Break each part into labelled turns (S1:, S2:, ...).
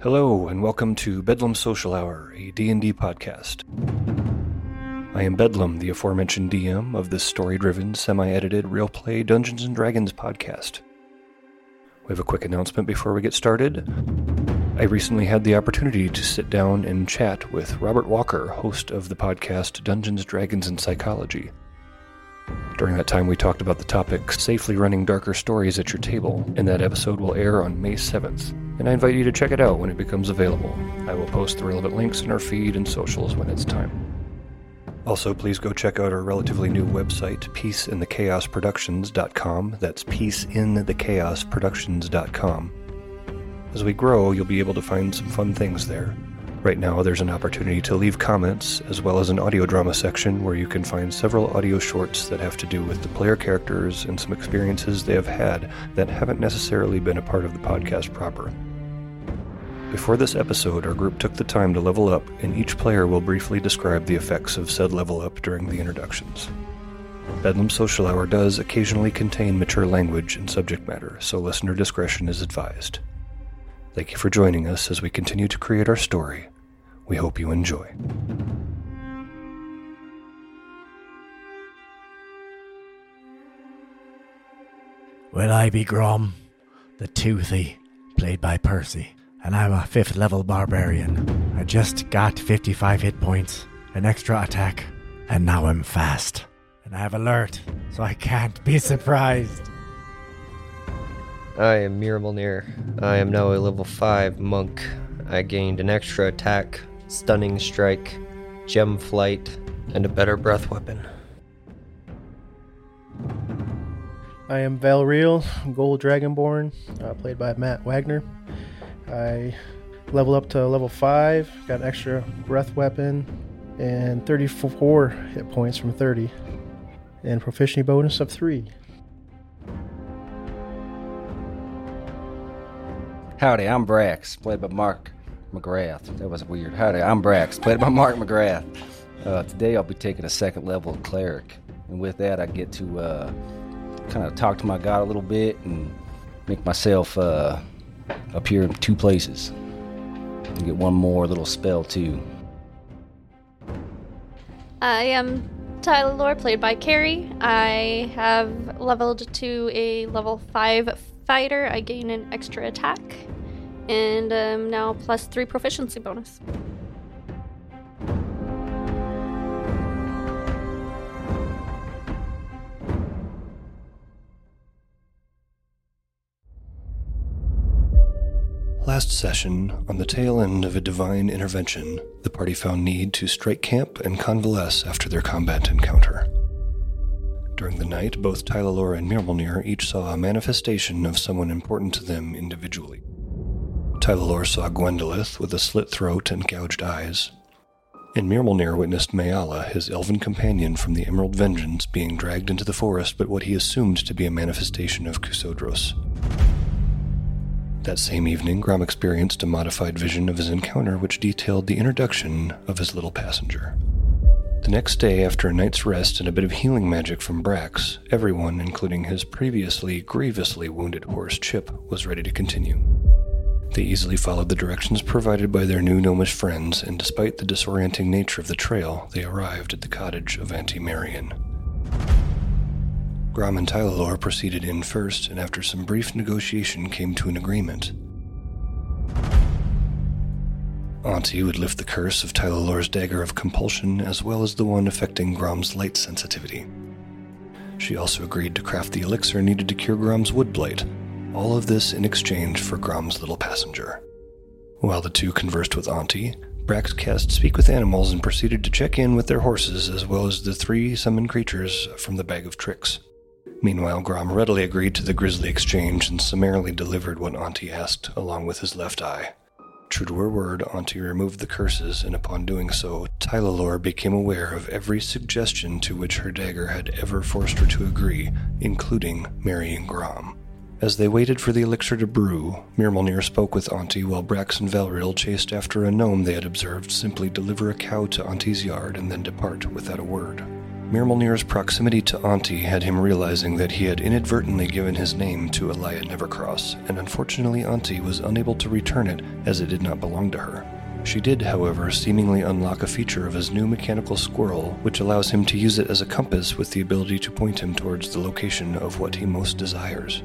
S1: Hello and welcome to Bedlam Social Hour, a D&D podcast. I am Bedlam, the aforementioned DM of this story-driven, semi-edited, real-play Dungeons and Dragons podcast. We have a quick announcement before we get started. I recently had the opportunity to sit down and chat with Robert Walker, host of the podcast Dungeons, Dragons, and Psychology. During that time, we talked about the topic safely running darker stories at your table, and that episode will air on May 7th. And I invite you to check it out when it becomes available. I will post the relevant links in our feed and socials when it's time. Also, please go check out our relatively new website, peaceinthechaosproductions.com. That's peaceinthechaosproductions.com. As we grow, you'll be able to find some fun things there. Right now, there's an opportunity to leave comments, as well as an audio drama section where you can find several audio shorts that have to do with the player characters and some experiences they have had that haven't necessarily been a part of the podcast proper. Before this episode, our group took the time to level up, and each player will briefly describe the effects of said level up during the introductions. Bedlam Social Hour does occasionally contain mature language and subject matter, so listener discretion is advised. Thank you for joining us as we continue to create our story. We hope you enjoy.
S2: Well, I be Grom, the Toothy, played by Percy, and I'm a fifth level barbarian. I just got 55 hit points, an extra attack, and now I'm fast. And I have alert, so I can't be surprised.
S3: I am Miramalnir. I am now a level 5 monk. I gained an extra attack, stunning strike, gem flight, and a better breath weapon.
S4: I am Valriel, Gold Dragonborn, uh, played by Matt Wagner. I level up to level 5, got an extra breath weapon, and 34 hit points from 30, and proficiency bonus of 3.
S5: Howdy, I'm Brax, played by Mark McGrath. That was weird. Howdy, I'm Brax, played by Mark McGrath. Uh, today I'll be taking a second level cleric, and with that I get to uh, kind of talk to my god a little bit and make myself uh, appear in two places. And get one more little spell too.
S6: I am Tyler Lore, played by Carrie. I have leveled to a level 5 fighter. I gain an extra attack and um, now plus 3 proficiency bonus.
S1: Last session, on the tail end of a divine intervention, the party found need to strike camp and convalesce after their combat encounter. During the night, both Tylalor and Mirmalnir each saw a manifestation of someone important to them individually. Tylalor saw Gwendolith with a slit throat and gouged eyes, and Mirmalnir witnessed Mayala, his elven companion from the Emerald Vengeance, being dragged into the forest by what he assumed to be a manifestation of Kusodros. That same evening, Grom experienced a modified vision of his encounter, which detailed the introduction of his little passenger. The next day, after a night's rest and a bit of healing magic from Brax, everyone, including his previously grievously wounded horse Chip, was ready to continue. They easily followed the directions provided by their new gnomish friends, and despite the disorienting nature of the trail, they arrived at the cottage of Auntie Marion. Grom and Tylalor proceeded in first, and after some brief negotiation, came to an agreement. Auntie would lift the curse of Tylalor's dagger of compulsion, as well as the one affecting Grom's light sensitivity. She also agreed to craft the elixir needed to cure Grom's wood blight, all of this in exchange for Grom's little passenger. While the two conversed with Auntie, Brax cast Speak with Animals and proceeded to check in with their horses as well as the three summoned creatures from the bag of tricks. Meanwhile, Grom readily agreed to the grisly exchange and summarily delivered what Auntie asked, along with his left eye. True to her word, Auntie removed the curses, and upon doing so, Tylalor became aware of every suggestion to which her dagger had ever forced her to agree, including marrying Grom. As they waited for the elixir to brew, Mirmalnir spoke with Auntie while Brax and Valriel chased after a gnome they had observed simply deliver a cow to Auntie's yard and then depart without a word. Mirmalnir's proximity to Auntie had him realizing that he had inadvertently given his name to Elia Nevercross, and unfortunately, Auntie was unable to return it as it did not belong to her. She did, however, seemingly unlock a feature of his new mechanical squirrel, which allows him to use it as a compass with the ability to point him towards the location of what he most desires.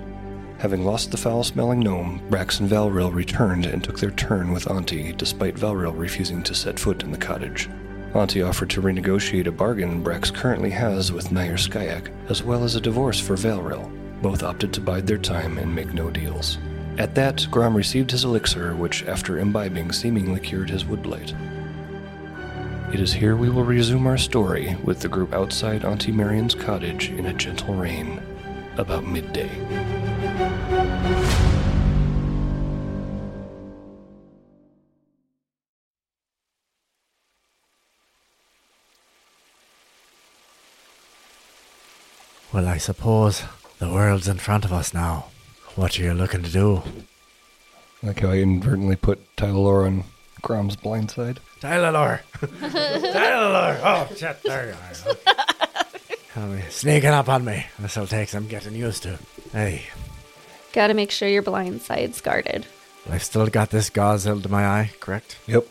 S1: Having lost the foul smelling gnome, Brax and Valril returned and took their turn with Auntie, despite Valril refusing to set foot in the cottage. Auntie offered to renegotiate a bargain Brax currently has with Nair Skyak, as well as a divorce for Valril. Both opted to bide their time and make no deals. At that, Grom received his elixir, which, after imbibing, seemingly cured his wood blight. It is here we will resume our story with the group outside Auntie Marion's cottage in a gentle rain, about midday.
S2: Well, I suppose the world's in front of us now. What are you looking to do?
S1: Like how I inadvertently put Tyler on Grom's blind side.
S2: Tyler! Tyler! Oh, shit, there you are. Tell me, sneaking up on me. This'll take some getting used to. Hey,
S6: Gotta make sure your blind side's guarded.
S2: I've still got this gauze held to my eye, correct?
S1: Yep.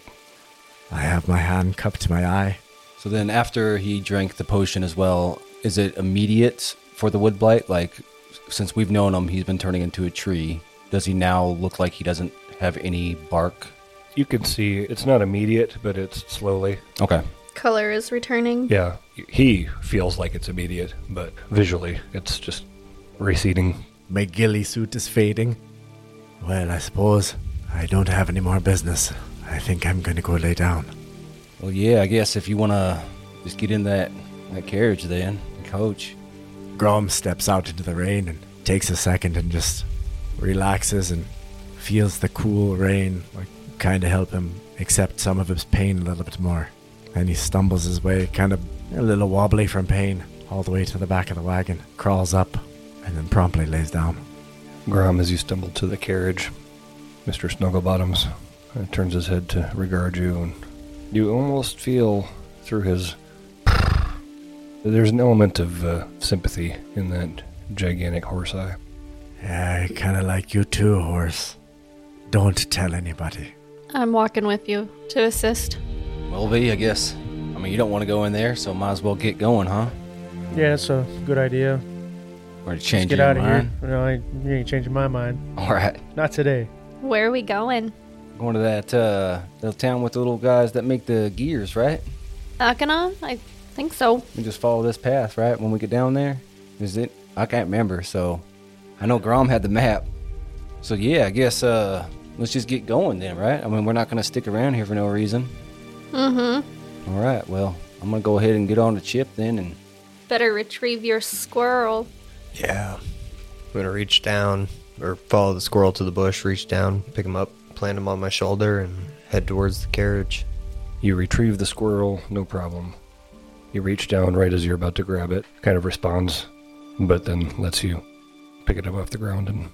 S2: I have my hand cupped to my eye.
S5: So then, after he drank the potion as well, is it immediate for the wood blight? Like, since we've known him, he's been turning into a tree. Does he now look like he doesn't have any bark?
S1: You can see it's not immediate, but it's slowly.
S5: Okay.
S6: Color is returning.
S1: Yeah, he feels like it's immediate, but visually it's just receding.
S2: My ghillie suit is fading. Well, I suppose I don't have any more business. I think I'm going to go lay down.
S5: Well, yeah, I guess if you want to just get in that, that carriage then, coach.
S2: Grom steps out into the rain and takes a second and just relaxes and feels the cool rain, like kind of help him accept some of his pain a little bit more. And he stumbles his way, kind of a little wobbly from pain, all the way to the back of the wagon, crawls up, and then promptly lays down.
S1: Grom, as you stumble to the carriage, Mr. Snugglebottoms uh, turns his head to regard you, and you almost feel through his. There's an element of uh, sympathy in that gigantic horse eye.
S2: Yeah, I kind of like you too, horse. Don't tell anybody.
S6: I'm walking with you to assist.
S5: Well, V, I guess. I mean, you don't want to go in there, so might as well get going, huh?
S4: Yeah, that's a good idea.
S5: Or to
S4: Let's
S5: change
S4: get
S5: your
S4: out of
S5: mind.
S4: here. No, I, you ain't changing my mind.
S5: All right.
S4: Not today.
S6: Where are we going?
S5: Going to that uh, little town with the little guys that make the gears, right?
S6: Akana? I think so.
S5: We just follow this path, right? When we get down there, is it? I can't remember. So, I know Grom had the map. So yeah, I guess uh, let's just get going then, right? I mean, we're not gonna stick around here for no reason.
S6: Mm hmm.
S5: All right. Well, I'm gonna go ahead and get on the chip then, and
S6: Better retrieve your squirrel.
S2: Yeah.
S3: I'm gonna reach down or follow the squirrel to the bush, reach down, pick him up, plant him on my shoulder, and head towards the carriage.
S1: You retrieve the squirrel, no problem. You reach down right as you're about to grab it, kind of responds, but then lets you pick it up off the ground. And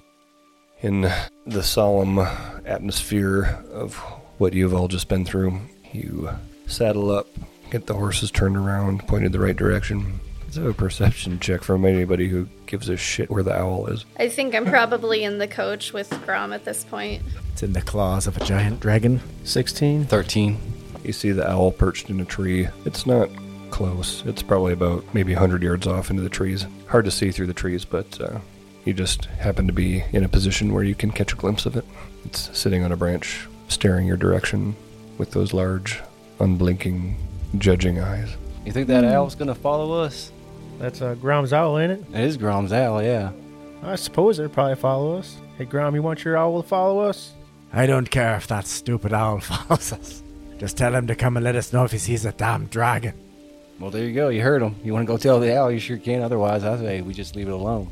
S1: in the solemn atmosphere of what you've all just been through, you saddle up, get the horses turned around, pointed the right direction. It's a perception check from anybody who gives a shit where the owl is.
S6: I think I'm probably in the coach with Grom at this point.
S2: It's in the claws of a giant dragon.
S4: 16.
S5: 13.
S1: You see the owl perched in a tree. It's not close. It's probably about maybe 100 yards off into the trees. Hard to see through the trees, but uh, you just happen to be in a position where you can catch a glimpse of it. It's sitting on a branch, staring your direction with those large, unblinking, judging eyes.
S5: You think that owl's gonna follow us?
S4: That's uh, Grom's owl, ain't it?
S5: It is Grom's owl, yeah.
S4: I suppose they'd probably follow us. Hey, Grom, you want your owl to follow us?
S2: I don't care if that stupid owl follows us. Just tell him to come and let us know if he sees a damn dragon.
S5: Well, there you go. You heard him. You want to go tell the owl? You sure can. Otherwise, I say we just leave it alone.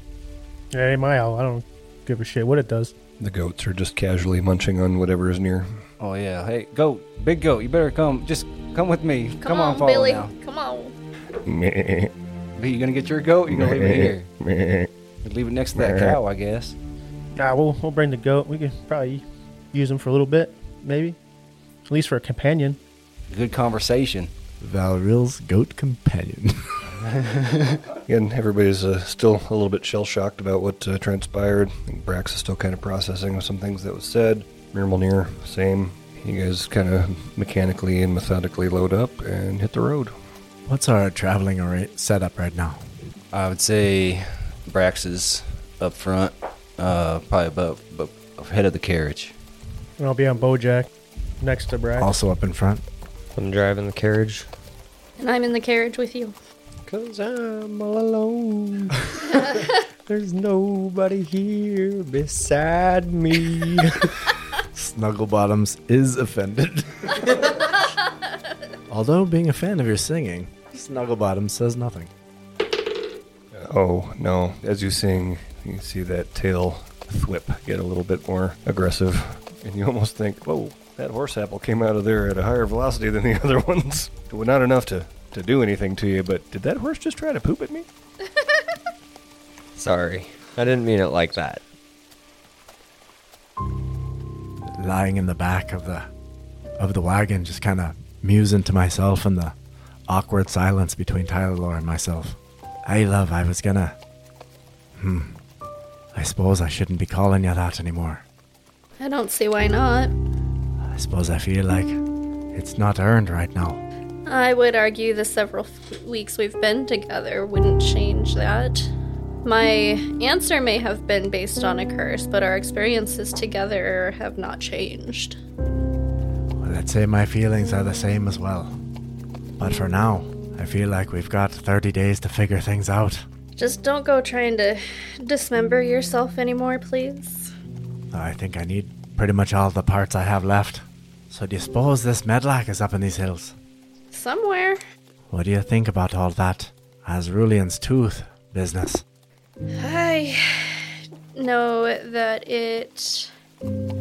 S4: Yeah, hey, my owl. I don't give a shit what it does.
S1: The goats are just casually munching on whatever is near.
S5: Oh yeah. Hey, goat, big goat, you better come. Just come with me. Come,
S6: Come,
S5: on,
S6: on,
S5: follow
S6: Billy.
S5: now.
S6: Come on.
S1: Meh,
S5: Are you gonna get your goat? You gonna leave it here?
S1: meh.
S5: Leave it next to that cow, I guess.
S4: Nah, we'll, we'll bring the goat. We can probably use him for a little bit, maybe. At least for a companion.
S5: Good conversation.
S2: Valril's goat companion.
S1: Again, everybody's uh, still a little bit shell shocked about what uh, transpired. I think Brax is still kind of processing some things that was said. Mirmalnir, same. You guys kind of mechanically and methodically load up and hit the road.
S2: What's our traveling array setup right now?
S7: I would say Brax is up front, uh, probably above, but ahead of the carriage.
S4: And I'll be on Bojack next to Brad.
S2: Also up in front.
S3: I'm driving the carriage.
S6: And I'm in the carriage with you.
S3: Cause I'm all alone. There's nobody here beside me.
S2: Snuggle Bottoms is offended. Although being a fan of your singing, Snuggle Bottoms says nothing.
S1: Oh, no. As you sing, you see that tail thwip get a little bit more aggressive. And you almost think, whoa, that horse apple came out of there at a higher velocity than the other ones. Well, not enough to, to do anything to you, but did that horse just try to poop at me?
S3: Sorry. I didn't mean it like that.
S2: lying in the back of the of the wagon, just kind of musing to myself in the awkward silence between Tyler Lore and myself. Hey, love, I was gonna. Hmm. I suppose I shouldn't be calling you that anymore.
S6: I don't see why not.
S2: I suppose I feel like it's not earned right now.
S6: I would argue the several f- weeks we've been together wouldn't change that. My answer may have been based on a curse, but our experiences together have not changed.
S2: Well, let's say my feelings are the same as well. But for now, I feel like we've got 30 days to figure things out.
S6: Just don't go trying to dismember yourself anymore, please.
S2: I think I need pretty much all the parts I have left. So do you suppose this medlock is up in these hills?
S6: Somewhere.
S2: What do you think about all that Asrulian's tooth business?
S6: I know that it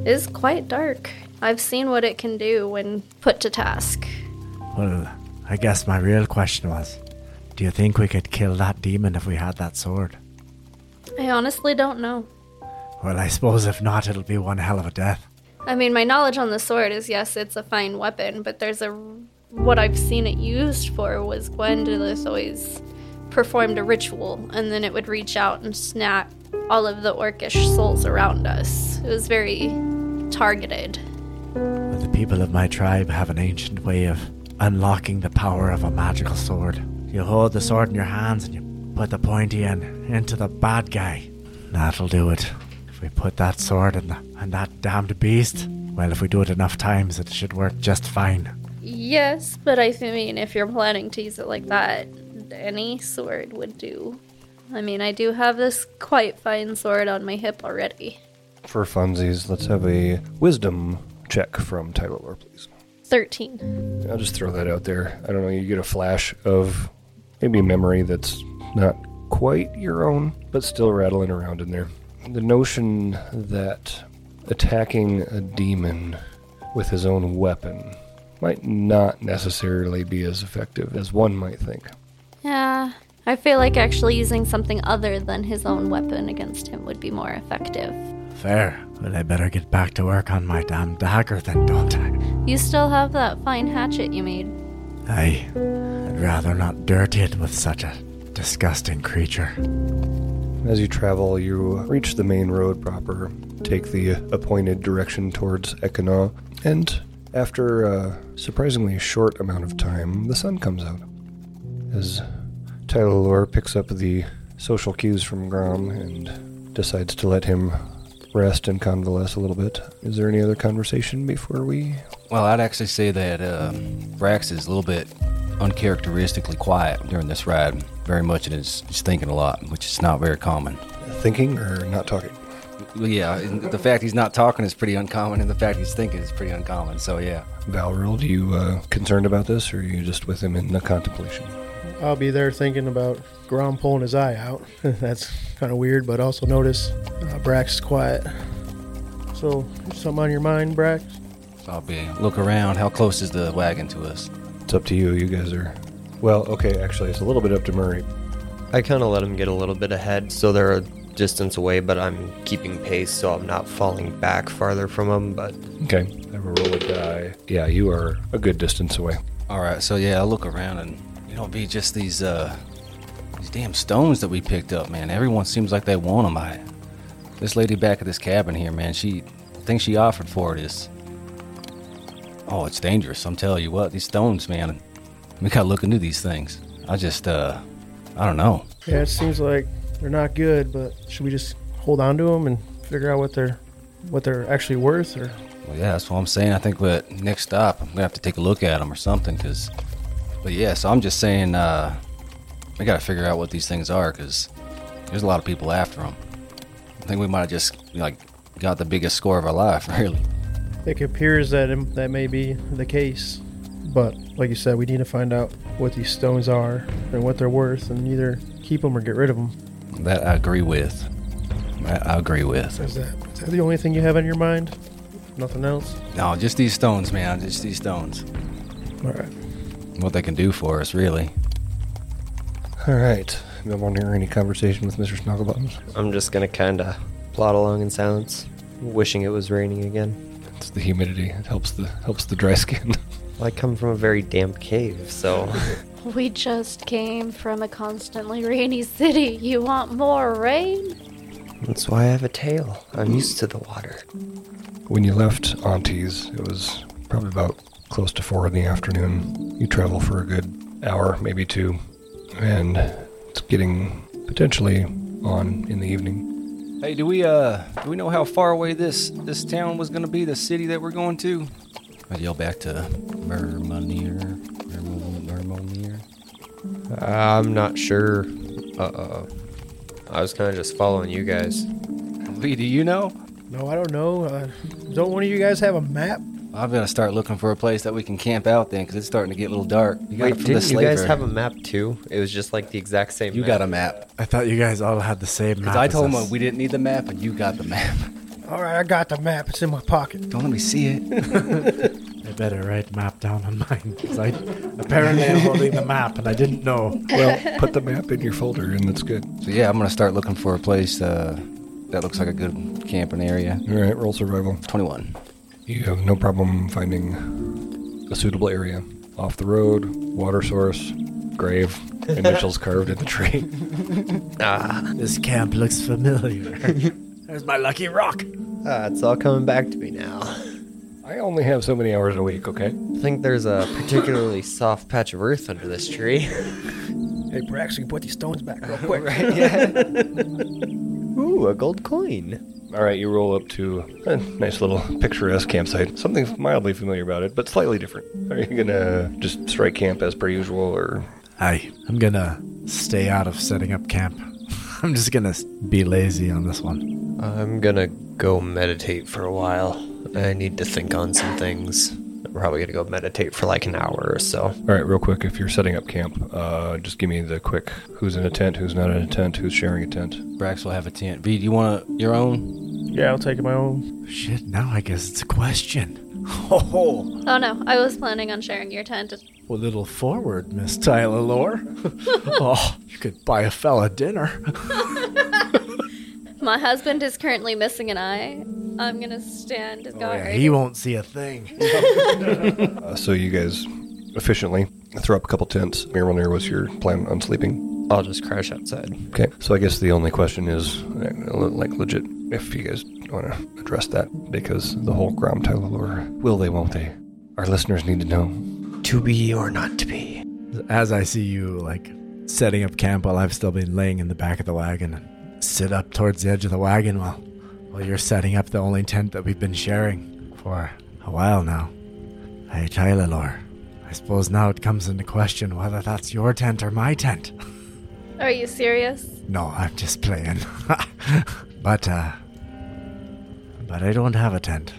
S6: is quite dark. I've seen what it can do when put to task.
S2: Well, I guess my real question was do you think we could kill that demon if we had that sword?
S6: I honestly don't know.
S2: Well, I suppose if not, it'll be one hell of a death.
S6: I mean, my knowledge on the sword is yes, it's a fine weapon, but there's a. What I've seen it used for was Gwendolyn always performed a ritual, and then it would reach out and snap all of the orcish souls around us. It was very targeted.
S2: But the people of my tribe have an ancient way of unlocking the power of a magical sword. You hold the sword in your hands and you put the pointy end into the bad guy. That'll do it. If we put that sword in, the, in that damned beast, well, if we do it enough times, it should work just fine.
S6: Yes, but I mean, if you're planning to use it like that, any sword would do. I mean, I do have this quite fine sword on my hip already.
S1: For funsies, let's have a wisdom check from Tyler Lore, please.
S6: 13.
S1: I'll just throw that out there. I don't know. You get a flash of maybe a memory that's not quite your own, but still rattling around in there. The notion that attacking a demon with his own weapon might not necessarily be as effective as one might think.
S6: Yeah, I feel like actually using something other than his own weapon against him would be more effective.
S2: Fair. Well, I better get back to work on my damn dagger then, don't I?
S6: You still have that fine hatchet you made.
S2: Aye. I'd rather not dirty it with such a disgusting creature.
S1: As you travel, you reach the main road proper, take the appointed direction towards Ekana, and after a surprisingly short amount of time, the sun comes out. As Tylalor picks up the social cues from Grom and decides to let him rest and convalesce a little bit, is there any other conversation before we
S7: Well, I'd actually say that uh, Brax is a little bit uncharacteristically quiet during this ride. Very much it is he's thinking a lot, which is not very common.
S1: thinking or not talking?
S7: Well, Yeah, and the fact he's not talking is pretty uncommon, and the fact he's thinking is pretty uncommon. So yeah,
S1: Valril, do you uh, concerned about this, or are you just with him in the contemplation?
S4: I'll be there thinking about Grom pulling his eye out. That's kind of weird, but also notice uh, Brax is quiet. So, something on your mind, Brax?
S7: I'll be look around. How close is the wagon to us?
S1: It's up to you. You guys are. Well, okay, actually, it's a little bit up to Murray.
S3: I kind of let him get a little bit ahead, so they're a distance away, but I'm keeping pace, so I'm not falling back farther from him. But
S1: Okay. I will roll a die. Yeah, you are a good distance away.
S7: All right, so yeah, I'll look around and you know, be just these uh,
S5: These damn stones that we picked up, man. Everyone seems like they want them. I, this lady back at this cabin here, man. She, I think she offered for this. Oh, it's dangerous. I'm telling you what. These stones, man. We gotta look into these things. I just, uh, I don't know.
S4: Yeah, it seems like they're not good, but should we just hold on to them and figure out what they're what they're actually worth? Or
S5: Well, yeah, that's what I'm saying. I think what next stop, I'm gonna have to take a look at them or something. Cause, but yeah, so I'm just saying, uh, we gotta figure out what these things are. Cause there's a lot of people after them. I think we might have just like got the biggest score of our life, really.
S4: it appears that it- that may be the case, but like you said, we need to find out what these stones are and what they're worth, and either keep them or get rid of them.
S5: That I agree with. That I agree with.
S4: Is that, is that the only thing you have on your mind? Nothing else?
S5: No, just these stones, man. Just these stones.
S4: All right.
S5: What they can do for us, really.
S1: All right. You want to hear any conversation with Mr. Snugglebottoms?
S3: I'm just gonna kinda plod along in silence, wishing it was raining again.
S1: It's the humidity. It helps the helps the dry skin.
S3: Well, I come from a very damp cave, so
S1: Oh.
S6: We just came from a constantly rainy city. You want more rain?
S3: that's why I have a tail. I'm used to the water.
S1: When you left Auntie's, it was probably about close to four in the afternoon. You travel for a good hour, maybe two, and it's getting potentially on in the evening.
S5: Hey, do we uh do we know how far away this this town was gonna be, the city that we're going to? I yell back to Vermonier. Vermo- Vermonier.
S3: I'm not sure. Uh uh. I was kinda just following you guys.
S5: Lee, do you know?
S4: No, I don't know. Uh, don't one of you guys have a map?
S5: I'm gonna start looking for a place that we can camp out then, because it's starting to get a little dark. You got it
S3: Wait,
S5: from the
S3: didn't you guys
S5: slaver.
S3: have a map too? It was just like the exact same.
S5: You
S3: map.
S5: got a map.
S2: I thought you guys all had the same map.
S5: Because I
S2: as
S5: told him
S2: us.
S5: uh, we didn't need the map, and you got the map.
S4: All right, I got the map. It's in my pocket.
S5: Don't let me see it.
S2: I better write map down on mine because I apparently I'm holding the map and I didn't know.
S1: Well, put the map in your folder, and that's good.
S5: So yeah, I'm gonna start looking for a place uh, that looks like a good camping area.
S1: All right, roll survival.
S5: 21.
S1: You have no problem finding a suitable area. Off the road, water source, grave, initials carved in the tree.
S3: Ah,
S2: This camp looks familiar. There's my lucky rock.
S3: Ah, it's all coming back to me now.
S1: I only have so many hours a week, okay?
S3: I think there's a particularly soft patch of earth under this tree.
S4: Hey, Brax, you can put these stones back real quick.
S3: right? Yeah. Ooh, a gold coin.
S1: All right, you roll up to a nice little picturesque campsite. Something mildly familiar about it, but slightly different. Are you gonna just strike camp as per usual, or
S2: Hi, I'm gonna stay out of setting up camp. I'm just gonna s- be lazy on this one.
S3: I'm gonna go meditate for a while. I need to think on some things. I'm probably gonna go meditate for like an hour or so.
S1: all right, real quick? If you're setting up camp, uh, just give me the quick: who's in a tent, who's not in a tent, who's sharing a tent.
S5: Brax will have a tent. V, do you want a, your own?
S4: yeah, I'll take my own.
S2: Shit, now I guess it's a question. Ho ho!
S6: Oh no, I was planning on sharing your tent.
S2: A little forward, Miss Tyler Lore. oh, you could buy a fella dinner.
S6: My husband is currently missing an eye. I'm gonna stand as guard.
S2: Oh, he won't see a thing.
S1: Uh, so you guys efficiently throw up a couple tents. Miramir, was your plan on sleeping?
S3: I'll just crash outside.
S1: Okay, so I guess the only question is, uh, like, legit, if you guys want to address that, because the whole Grom Tyler lore, will they, won't they? Our listeners need to know.
S3: To be or not to be.
S2: As I see you, like, setting up camp while I've still been laying in the back of the wagon, and sit up towards the edge of the wagon while, while you're setting up the only tent that we've been sharing for a while now. Hey, Tylalor, I suppose now it comes into question whether that's your tent or my tent.
S6: Are you serious?
S2: No, I'm just playing. but, uh, but I don't have a tent.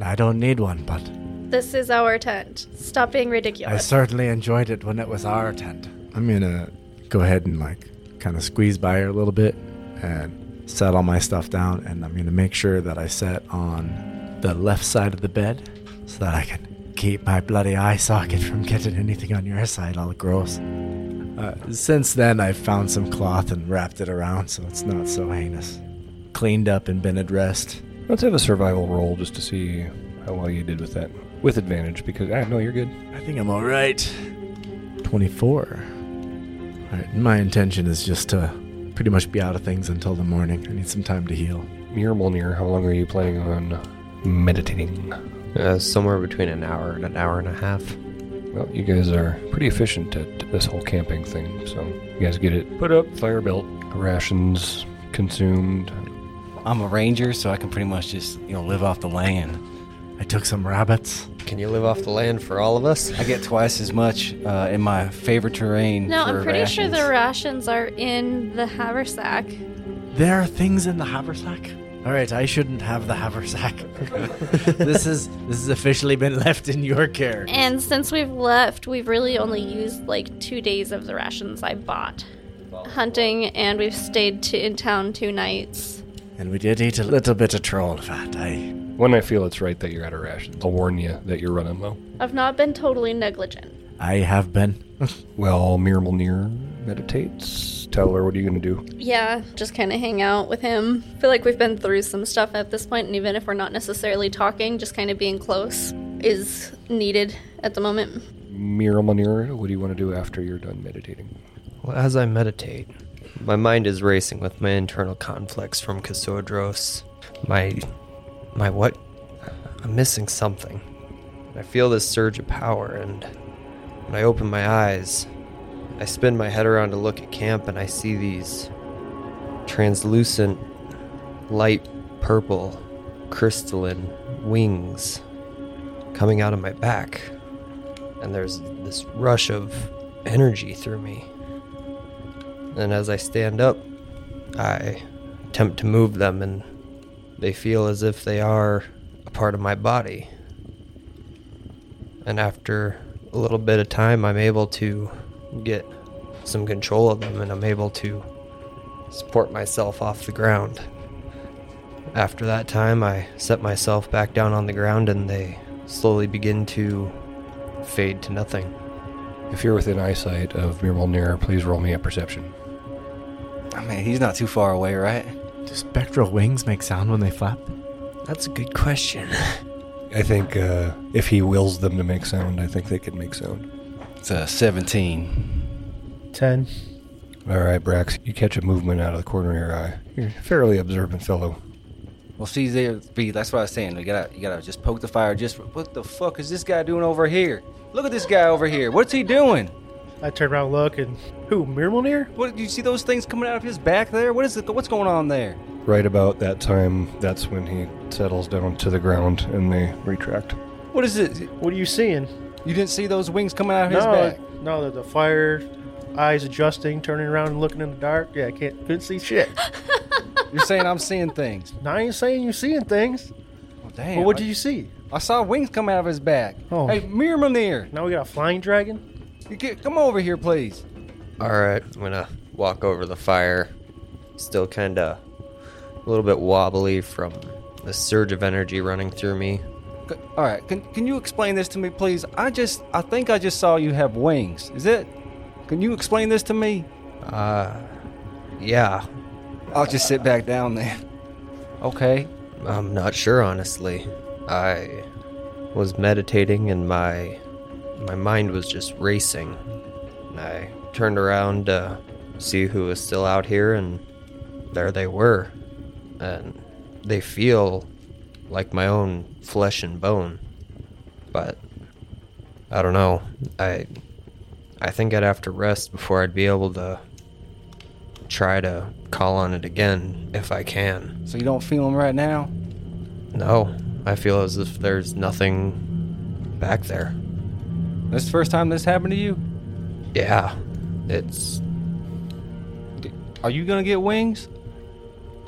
S2: I don't need one, but
S6: This is our tent. Stop being
S2: I
S6: ridiculous.
S2: certainly enjoyed it when it was our tent. I'm gonna go ahead and like kind of squeeze by her a little bit and set all my stuff down, and I'm gonna make sure that I set on the left side of the bed so that I can keep my bloody eye socket from getting anything on your side all gross. Uh, since then, I've found some cloth and wrapped it around so it's not so heinous. Cleaned up and been addressed.
S1: Let's have a survival roll just to see how well you did with that. With ah, advantage, because I know you're good.
S2: I think I'm all right. 24. Alright, my intention is just to pretty much be out of things until the morning. I need some time to heal.
S1: Mirmolnir, how long are you planning on meditating?
S3: Uh, somewhere between an hour and an hour and a half.
S1: Well, you guys are pretty efficient at this whole camping thing, so you guys get it put up, fire built, rations consumed.
S5: I'm a ranger, so I can pretty much just you know live off the land.
S2: I took some rabbits.
S3: Can you live off the land for all of us?
S5: I get twice as much uh, in my favorite terrain.
S6: No,
S5: for
S6: I'm pretty sure
S5: rations.
S6: the rations are in the haversack.
S2: There are things in the haversack. Alright, I shouldn't have the haversack. this is this has officially been left in your care.
S6: And since we've left, we've really only used like two days of the rations I bought hunting, and we've stayed to, in town two nights.
S2: And we did eat a little bit of troll fat. I
S1: When I feel it's right that you're out of rations, I'll warn you that you're running low.
S6: I've not been totally negligent.
S2: I have been.
S1: Well, Mirmolnir meditates. Tyler, what are you going to do?
S6: Yeah, just kind of hang out with him. feel like we've been through some stuff at this point, and even if we're not necessarily talking, just kind of being close is needed at the moment.
S1: Mirmolnir, what do you want to do after you're done meditating?
S3: Well, as I meditate, my mind is racing with my internal conflicts from Cassodros. My. my what? I'm missing something. I feel this surge of power, and when I open my eyes, I spin my head around to look at camp, and I see these translucent, light purple, crystalline wings coming out of my back. And there's this rush of energy through me. And as I stand up, I attempt to move them, and they feel as if they are a part of my body. And after a little bit of time, I'm able to get some control of them, and I'm able to support myself off the ground. After that time, I set myself back down on the ground, and they slowly begin to fade to nothing.
S1: If you're within eyesight of Mirmolnir, please roll me a perception.
S5: I mean, he's not too far away, right?
S2: Do spectral wings make sound when they flap?
S3: That's a good question.
S1: I think uh, if he wills them to make sound, I think they can make sound.
S5: It's a 17.
S4: 10.
S1: All right, Brax, you catch a movement out of the corner of your eye. You're a fairly observant fellow.
S5: Well, see, there, B. That's what I was saying. You gotta, you gotta just poke the fire. Just what the fuck is this guy doing over here? Look at this guy over here. What's he doing?
S4: I turn around, look, and who? Mirmalnir?
S5: What do you see those things coming out of his back there? What is it? What's going on there?
S1: Right about that time, that's when he settles down to the ground and they retract.
S5: What is it?
S4: What are you seeing?
S5: You didn't see those wings coming out of his
S4: no,
S5: back?
S4: no, the, the fire, eyes adjusting, turning around and looking in the dark. Yeah, I can't couldn't see shit.
S5: You're saying I'm seeing things.
S4: now I ain't saying you're seeing things.
S5: Well, damn.
S4: But what do
S5: I-
S4: you see?
S5: I saw wings come out of his back.
S4: Oh.
S5: Hey, Mirmanir,
S4: Now we got a flying dragon.
S5: you get, come over here, please.
S3: All right, I'm gonna walk over the fire. Still kind of a little bit wobbly from the surge of energy running through me.
S5: C- All right, can, can you explain this to me, please? I just, I think I just saw you have wings. Is it? Can you explain this to me?
S3: Uh, yeah,
S5: I'll just sit back down then. Okay.
S3: I'm not sure honestly. I was meditating and my my mind was just racing. And I turned around to see who was still out here and there they were. And they feel like my own flesh and bone. But I don't know. I I think I'd have to rest before I'd be able to try to call on it again if I can.
S5: So you don't feel them right now?
S3: No, I feel as if there's nothing back there.
S5: This is the first time this happened to you?
S3: Yeah, it's.
S5: Are you gonna get wings?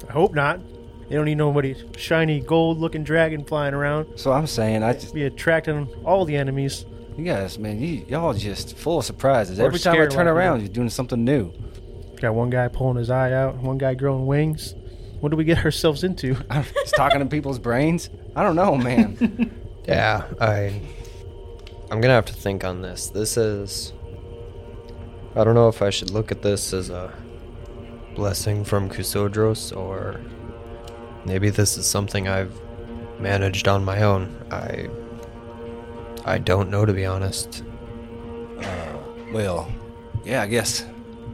S4: I hope not. You don't need nobody shiny gold looking dragon flying around.
S5: So I'm saying, I just,
S4: Be attracting all the enemies.
S5: you guys, man, you, y'all just full of surprises.
S4: We're
S5: Every time I
S4: scared
S5: turn
S4: like we
S5: around,
S4: are.
S5: you're doing something new.
S4: Got one guy pulling his eye out, one guy growing wings. What do we get ourselves into?
S5: I'm just talking to people's brains. I don't know, man.
S3: Yeah, I. I'm gonna have to think on this. This is. I don't know if I should look at this as a blessing from Kusodros or maybe this is something I've managed on my own. I. I don't know to be honest.
S5: well, yeah, I guess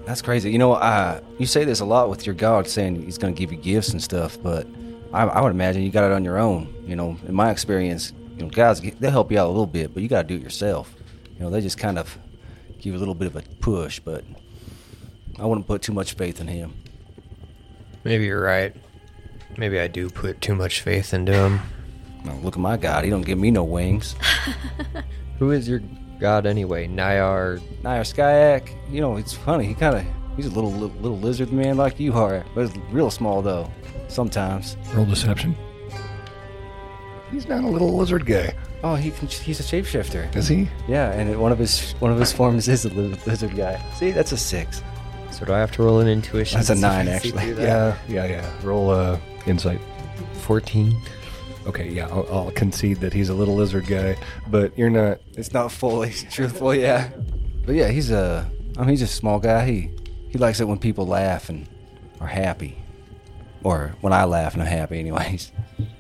S5: That's crazy. You know, I you say this a lot with your god saying he's going to give you gifts and stuff, but I, I would imagine you got it on your own. You know, in my experience, you know, guys they'll help you out a little bit, but you got to do it yourself. You know, they just kind of give you a little bit of a push, but I wouldn't put too much faith in him.
S3: Maybe you're right. Maybe I do put too much faith into him.
S5: Now, look at my god; he don't give me no wings.
S3: Who is your god anyway? Nyar.
S5: Nair Skyak, you know, it's funny. He kind of he's a little li- little lizard man like you are, but it's real small though. Sometimes.
S8: Roll deception.
S1: He's not a little lizard guy,
S5: Oh, he can, he's a shapeshifter.
S1: is he?
S5: Yeah, and it, one of his one of his forms is a li- lizard guy. See, that's a six.
S3: So do I have to roll an intuition?
S5: That's a
S3: to see if
S5: nine,
S3: I see
S5: actually.
S3: through that?
S1: Yeah, yeah, yeah. Roll uh, insight.
S3: 14.
S1: Okay, yeah, I'll, I'll concede that he's a little lizard guy, but you're not.
S5: It's not fully truthful, yeah. But yeah, he's a I mean, he's just a small guy. He he likes it when people laugh and are happy, or when I laugh and I'm happy, anyways.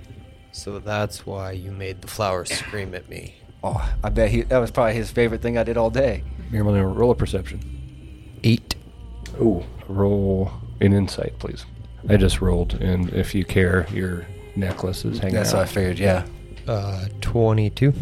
S3: So that's why you made the flower scream at me.
S5: Oh, I bet he that was probably his favorite thing I did all day.
S1: Mirmalina, roll a perception.
S3: Eight.
S1: Ooh, roll an insight, please. I just rolled, and if you care, your necklace is hanging
S5: That's
S1: out.
S5: what I figured. Yeah.
S3: Uh, 22.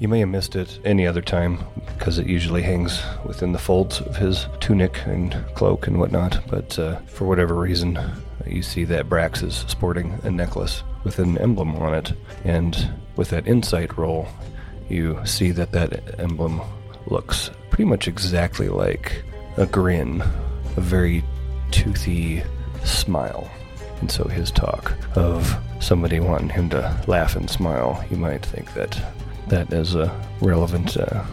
S1: You may have missed it any other time because it usually hangs within the folds of his tunic and cloak and whatnot. But uh, for whatever reason, you see that Brax is sporting a necklace with an emblem on it. And with that insight roll, you see that that emblem looks pretty much exactly like a grin, a very toothy smile. And so his talk of somebody wanting him to laugh and smile, you might think that that is a relevant uh,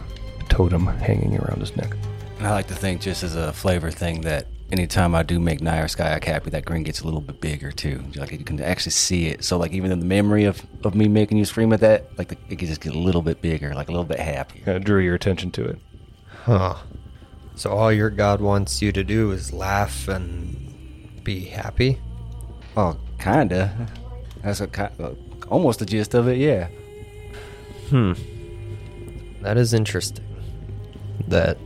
S1: totem hanging around his neck.
S5: And I like to think, just as a flavor thing, that anytime I do make Nair Sky happy, that grin gets a little bit bigger too. Like you can actually see it. So like even in the memory of, of me making you scream at that, like the, it can just get a little bit bigger, like a little bit happier.
S1: Kind of drew your attention to it.
S3: Huh. So all your god wants you to do is laugh and be happy?
S5: Oh, kinda. That's a ki- uh, almost the gist of it. Yeah.
S3: Hmm. That is interesting. That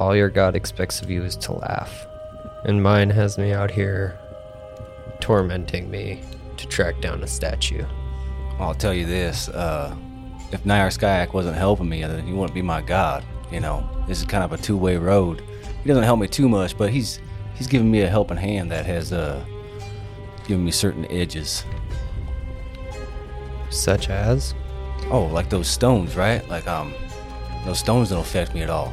S3: all your god expects of you is to laugh. And mine has me out here tormenting me to track down a statue.
S5: I'll tell you this: uh, if Nair Skyak wasn't helping me, then he wouldn't be my god. You know, this is kind of a two-way road. He doesn't help me too much, but he's he's giving me a helping hand that has uh, given me certain edges.
S3: Such as?
S5: Oh, like those stones, right? Like um, those stones don't affect me at all.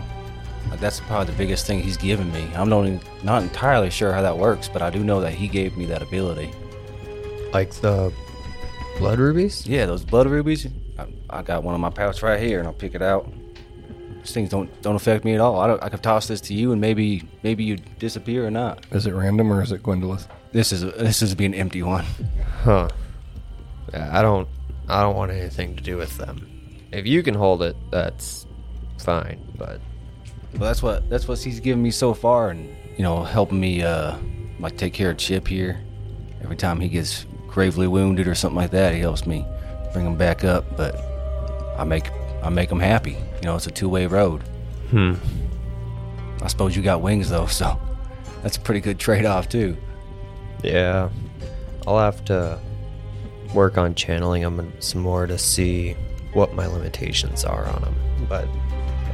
S5: Like that's probably the biggest thing he's given me. I'm not en- not entirely sure how that works, but I do know that he gave me that ability.
S3: Like the blood rubies?
S5: Yeah, those blood rubies. I, I got one in my pouch right here, and I'll pick it out. These things don't don't affect me at all. I, don't, I could toss this to you, and maybe maybe you disappear or not.
S1: Is it random or is it Gwendolyn?
S5: This is this is be an empty one.
S3: Huh. Yeah, I don't I don't want anything to do with them. If you can hold it, that's fine, but
S5: But that's what that's what he's given me so far, and you know, helping me uh like take care of Chip here. Every time he gets gravely wounded or something like that, he helps me bring him back up. But I make I make him happy. You know, it's a two way road.
S3: hmm.
S5: I suppose you got wings though, so that's a pretty good trade off too.
S3: Yeah. I'll have to work on channeling them some more to see what my limitations are on them, but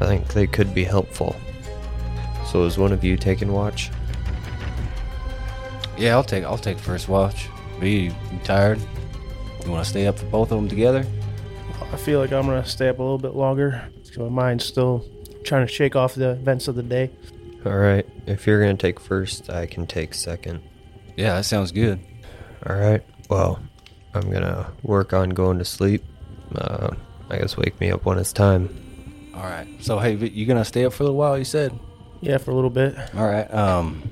S3: I think they could be helpful. So is one of you taking watch?
S5: Yeah, I'll take I'll take first watch. B, you tired? You want to stay up for both of them together?
S4: I feel like I'm gonna stay up a little bit longer. 'cause My mind's still trying to shake off the events of the day.
S3: All right. If you're going to take first, I can take second.
S5: Yeah, that sounds good.
S3: All right. Well, I'm going to work on going to sleep. Uh, I guess wake me up when it's time.
S5: All right. So hey, Vic, you gonna stay up for a little while? You said.
S4: Yeah, for a little bit.
S5: All right. Um,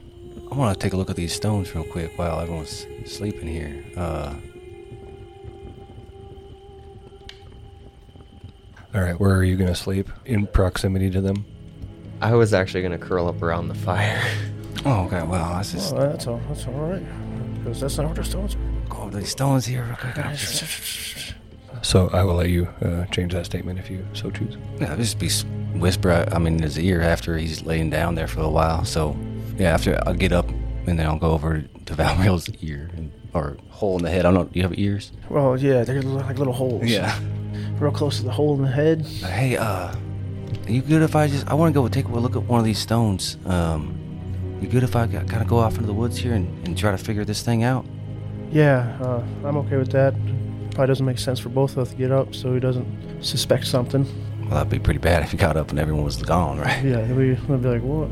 S5: I want to take a look at these stones real quick while everyone's sleeping here. Uh,
S1: All right, where are you going to sleep? In proximity to them?
S3: I was actually going to curl up around the fire.
S5: oh, okay. Well, that's just
S4: Well, that's all. That's all right. Because that's not what the stones. are.
S5: oh, these stones here. Okay, I gotta-
S1: So So I will let you uh, change that statement if you so choose.
S5: Yeah, just be s- whisper. I- I mean, in his ear after he's laying down there for a while. So, yeah, after I'll get up and then I'll go over to Valriel's ear and, or hole in the head. I don't. You have ears?
S4: Well, yeah, they're like little holes. Real close to the hole in the head.
S5: Like, hey, uh, you good if I just? I want to go take a look at one of these stones. Um, you good if I kind of go off into the woods here and, and try to figure this thing out?
S4: Yeah, uh, I'm okay with that. Probably doesn't make sense for both of us to get up so he doesn't suspect something.
S5: Well, that'd be pretty bad if you got up and everyone was gone, right?
S4: Yeah, we would be like, what?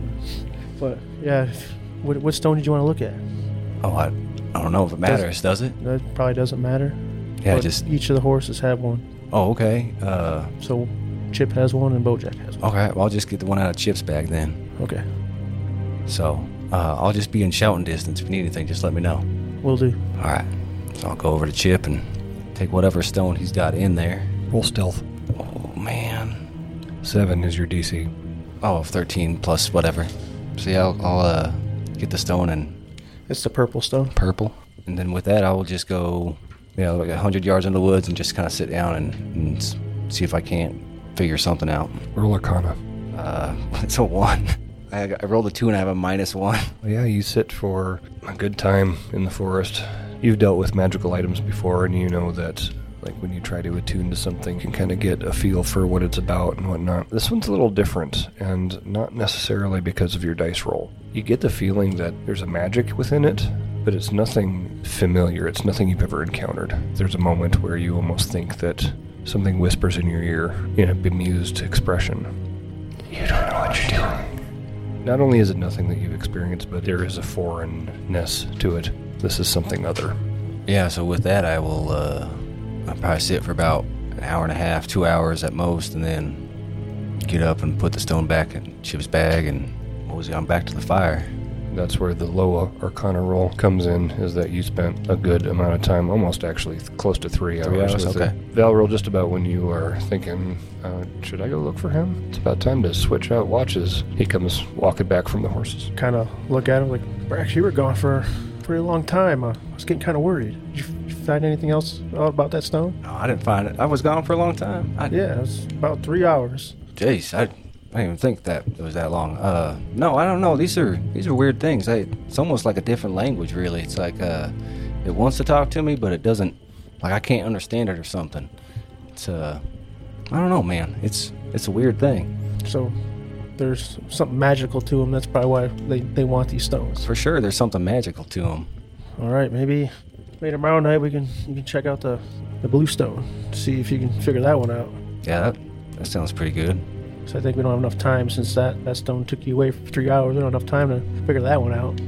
S4: But yeah, if- what, what stone did you want to look at?
S5: Oh, I, I don't know if it matters, does it?
S4: That probably doesn't matter.
S5: Yeah,
S4: but
S5: just.
S4: each of the horses had one.
S5: Oh, okay. Uh,
S4: So Chip has one and Bojack has one.
S5: okay. Well, I'll just get the one out of Chip's bag then.
S4: Okay,
S5: So uh, I'll just be in shouting distance. If you need anything, just let me know.
S4: we'll do.
S5: All right. So I'll go over to Chip and take whatever stone he's got in there.
S1: Roll stealth.
S5: Oh, man.
S1: Seven is your DC.
S5: Oh, 13 plus whatever. So yeah, I'll, I'll uh, get the stone in
S4: It's the purple stone.
S5: purple. And then with that, I will just go, you know, like 100 yards in the woods and just kind of sit down and, and s- see if I can't figure something out.
S1: Roll Arcana.
S5: Uh, it's a one. I, got- I rolled a two and I have a minus one.
S1: Yeah, you sit for a good time in the forest. You've dealt with magical items before, and you know that, like, when you try to attune to something, you can kind of get a feel for what it's about and whatnot. This one's a little different, and not necessarily because of your dice roll. You get the feeling that there's a magic within it, but it's nothing familiar, it's nothing you've ever encountered. There's a moment where you almost think that something whispers in your ear in a bemused expression. You don't know what you're doing. Not only is it nothing that you've experienced, but there is a foreignness to it. This is something other.
S5: Yeah, so with that, I will uh, I'll probably sit for about an hour and a half, two hours at most, and then get up and put the stone back in Chip's bag and what was it, on back to the fire.
S1: That's where the Loa Arcana roll comes in, is that you spent a good amount of time, almost actually th- close to three hours.
S5: Three hours,
S1: with
S5: okay.
S1: It. Val roll just about when you are thinking, uh, should I go look for him? It's about time to switch out watches. He comes walking back from the horses.
S4: Kind of look at him like, Brax, you were gone for a pretty long time. Uh, I was getting kind of worried. Did you, did you find anything else out about that stone?
S5: No, I didn't find it. I was gone for a long time. I,
S4: Yeah, it was about three hours.
S5: Jeez, I, I didn't even think that it was that long. Uh, no, I don't know. These are these are weird things. I, it's almost like a different language, really. It's like uh, it wants to talk to me, but it doesn't. Like I can't understand it or something. It's uh, I don't know, man. It's it's a weird thing.
S4: So there's something magical to them. That's probably why they, they want these stones.
S5: For sure, there's something magical to them.
S4: All right, maybe maybe tomorrow night we can you can check out the the blue stone, see if you can figure that one out.
S5: Yeah, that, that sounds pretty good.
S4: So I think we don't have enough time since that that stone took you away for three hours. We don't have enough time to figure that one out.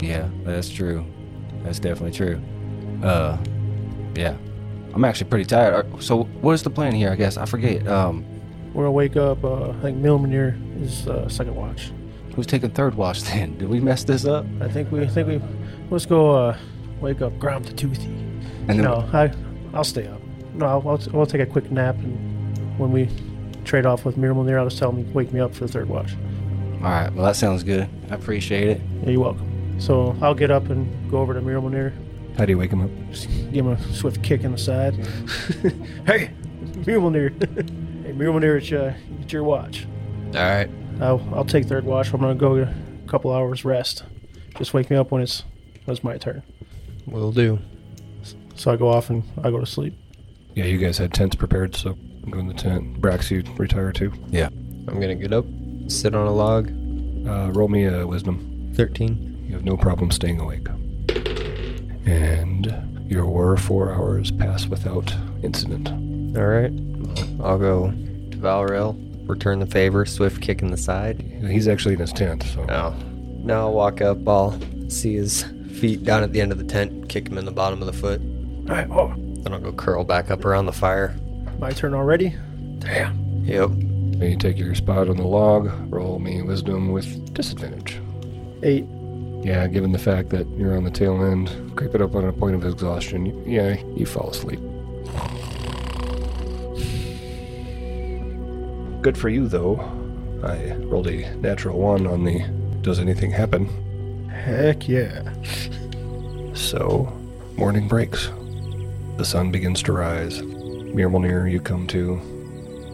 S5: Yeah, that's true. That's definitely true. Uh, yeah, I'm actually pretty tired. Are- So, what is the plan here? I guess I forget. Um,
S4: We're gonna wake up. Uh, I think Milmanir is uh, second watch.
S5: who's taking third watch then? Did we mess this up?
S4: I think we I think we let's go uh, wake up Grom the Toothy.
S5: And then
S4: No, I I'll stay up. No, I'll, I'll, I'll take a quick nap and when we trade off with Milmanir, I'll just tell him to wake me up for the third watch.
S5: all right. Well, that sounds good. I appreciate it.
S4: Yeah, you're welcome. So I'll get up and go over to Milmanir.
S1: How do you wake him up?
S4: Just give him a swift kick in the side. hey, Mjolnir. hey, Mjolnir, it's, uh, it's your watch.
S5: All right.
S4: I'll, I'll take third watch. I'm going to go a couple hours rest. Just wake me up when it's, when it's my turn.
S3: Will do.
S4: So I go off and I go to sleep.
S1: Yeah, you guys had tents prepared, so go in the tent. Brax, you retire too.
S5: Yeah.
S3: I'm gonna get up, sit on a log.
S1: Uh, roll me a wisdom.
S3: 13.
S1: You have no problem staying awake. And your four hours pass without incident.
S3: All right. Well, I'll go to Valrail, return the favor, swift kick in the side.
S1: He's actually in his tent, so
S3: No. Now I'll walk up. I'll see his feet down at the end of the tent, kick him in the bottom of the foot.
S4: All right, oh,
S3: Then I'll go curl back up around the fire.
S4: my turn already?
S3: Yep.
S1: Then you take your spot on the log. Roll me wisdom with disadvantage.
S4: Eight.
S1: Yeah, given the fact that you're on the tail end, creep it up on a point of exhaustion. y- Yeah, you fall asleep. Good for you, though. I rolled a natural one on the does anything happen.
S4: Heck yeah.
S1: So, morning breaks. The sun begins to rise. Myrmulnir, you come to,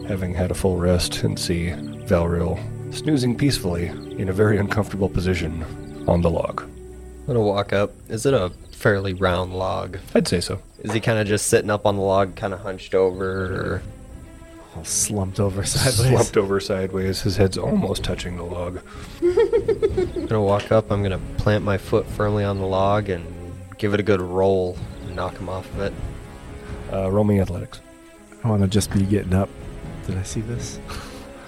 S1: having had a full rest, and see Valriel snoozing peacefully in a very uncomfortable position on the log.
S3: I'm gonna walk up. Is it a fairly round log?
S1: I'd say so.
S3: Is he kind of just sitting up on the log, kind of hunched over? Or...
S2: All slumped over sideways.
S1: Slumped over sideways, his head's almost touching the log.
S3: I'm gonna walk up. I'm gonna plant my foot firmly on the log and give it a good roll and knock him off of it.
S1: Uh, roll me athletics.
S2: I want to just be getting up. Did I see this?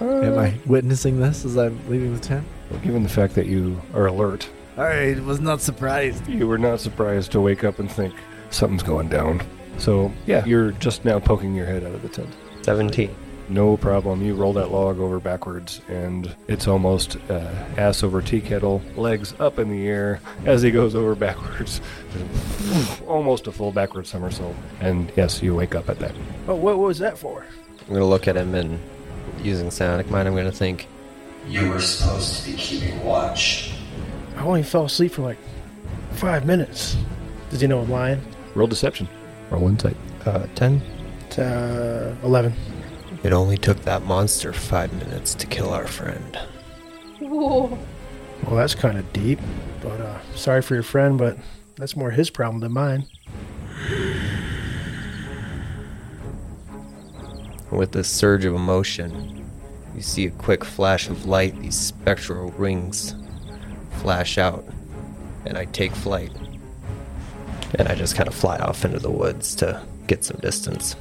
S2: Am I witnessing this as I'm leaving the tent?
S1: Well, given the fact that you are alert,
S2: I was not surprised.
S1: you were not surprised to wake up and think something's going down. So, yeah, you're just now poking your head out of the tent.
S3: 17.
S1: No problem. You roll that log over backwards, and it's almost uh, ass over tea kettle, legs up in the air as he goes over backwards. almost a full backward somersault. And yes, you wake up at that.
S4: Oh, what was that for?
S3: I'm gonna look at him and, using psionic mind, I'm gonna think,
S8: You were supposed to be keeping watch.
S4: I only fell asleep for like five minutes. Does he know I'm lying?
S1: Roll deception. Roll insight.
S3: uh, 10?
S4: It's, uh, 11.
S3: It only took that monster five minutes to kill our friend.
S6: Ooh.
S4: Well, that's kind of deep. But uh, sorry for your friend, but that's more his problem than mine.
S3: With this surge of emotion, you see a quick flash of light, these spectral rings flash out, and I take flight. And I just kind of fly off into the woods to get some distance.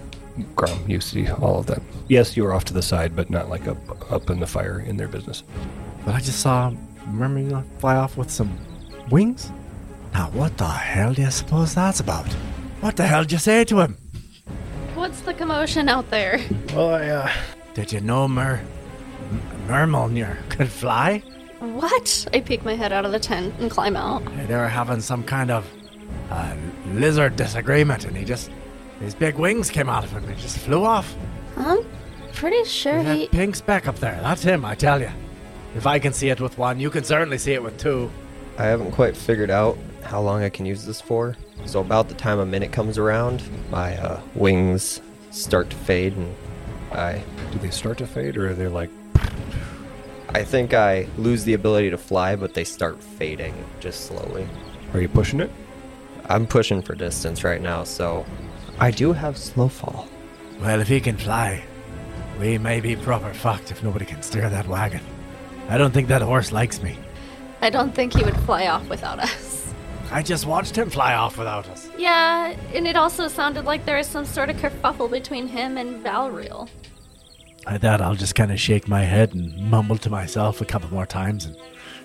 S1: Grom, you see all of that. Yes, you are off to the side, but not like up, up in the fire in their business.
S2: But I just saw. Remember, you know, fly off with some wings? Now, what the hell do you suppose that's about? What the hell did you say to him?
S6: What's the commotion out there?
S4: Well, I, uh,
S2: Did you know Mer. M- Mermulnir could fly?
S6: What? I peek my head out of the tent and climb out.
S2: They were having some kind of uh, lizard disagreement, and he just. His big wings came out of him and he just flew off.
S6: I'm pretty sure
S2: And
S6: he.
S2: That pink's back up there. That's him, I tell you. If I can see it with one, you can certainly see it with two.
S3: I haven't quite figured out how long I can use this for. So about the time a minute comes around, my uh, wings start to fade, and I
S1: Do they start to fade, or are they like
S3: I think I lose the ability to fly, but they start fading just slowly.
S1: Are you pushing it?
S3: I'm pushing for distance right now, so I do have slow fall.
S2: Well, if he can fly, we may be proper fucked if nobody can steer that wagon. I don't think that horse likes me.
S6: I don't think he would fly off without us.
S2: I just watched him fly off without us.
S6: Yeah, and it also sounded like there was some sort of kerfuffle between him and Valriel.
S2: At that, I'll just kind of shake my head and mumble to myself a couple more times and,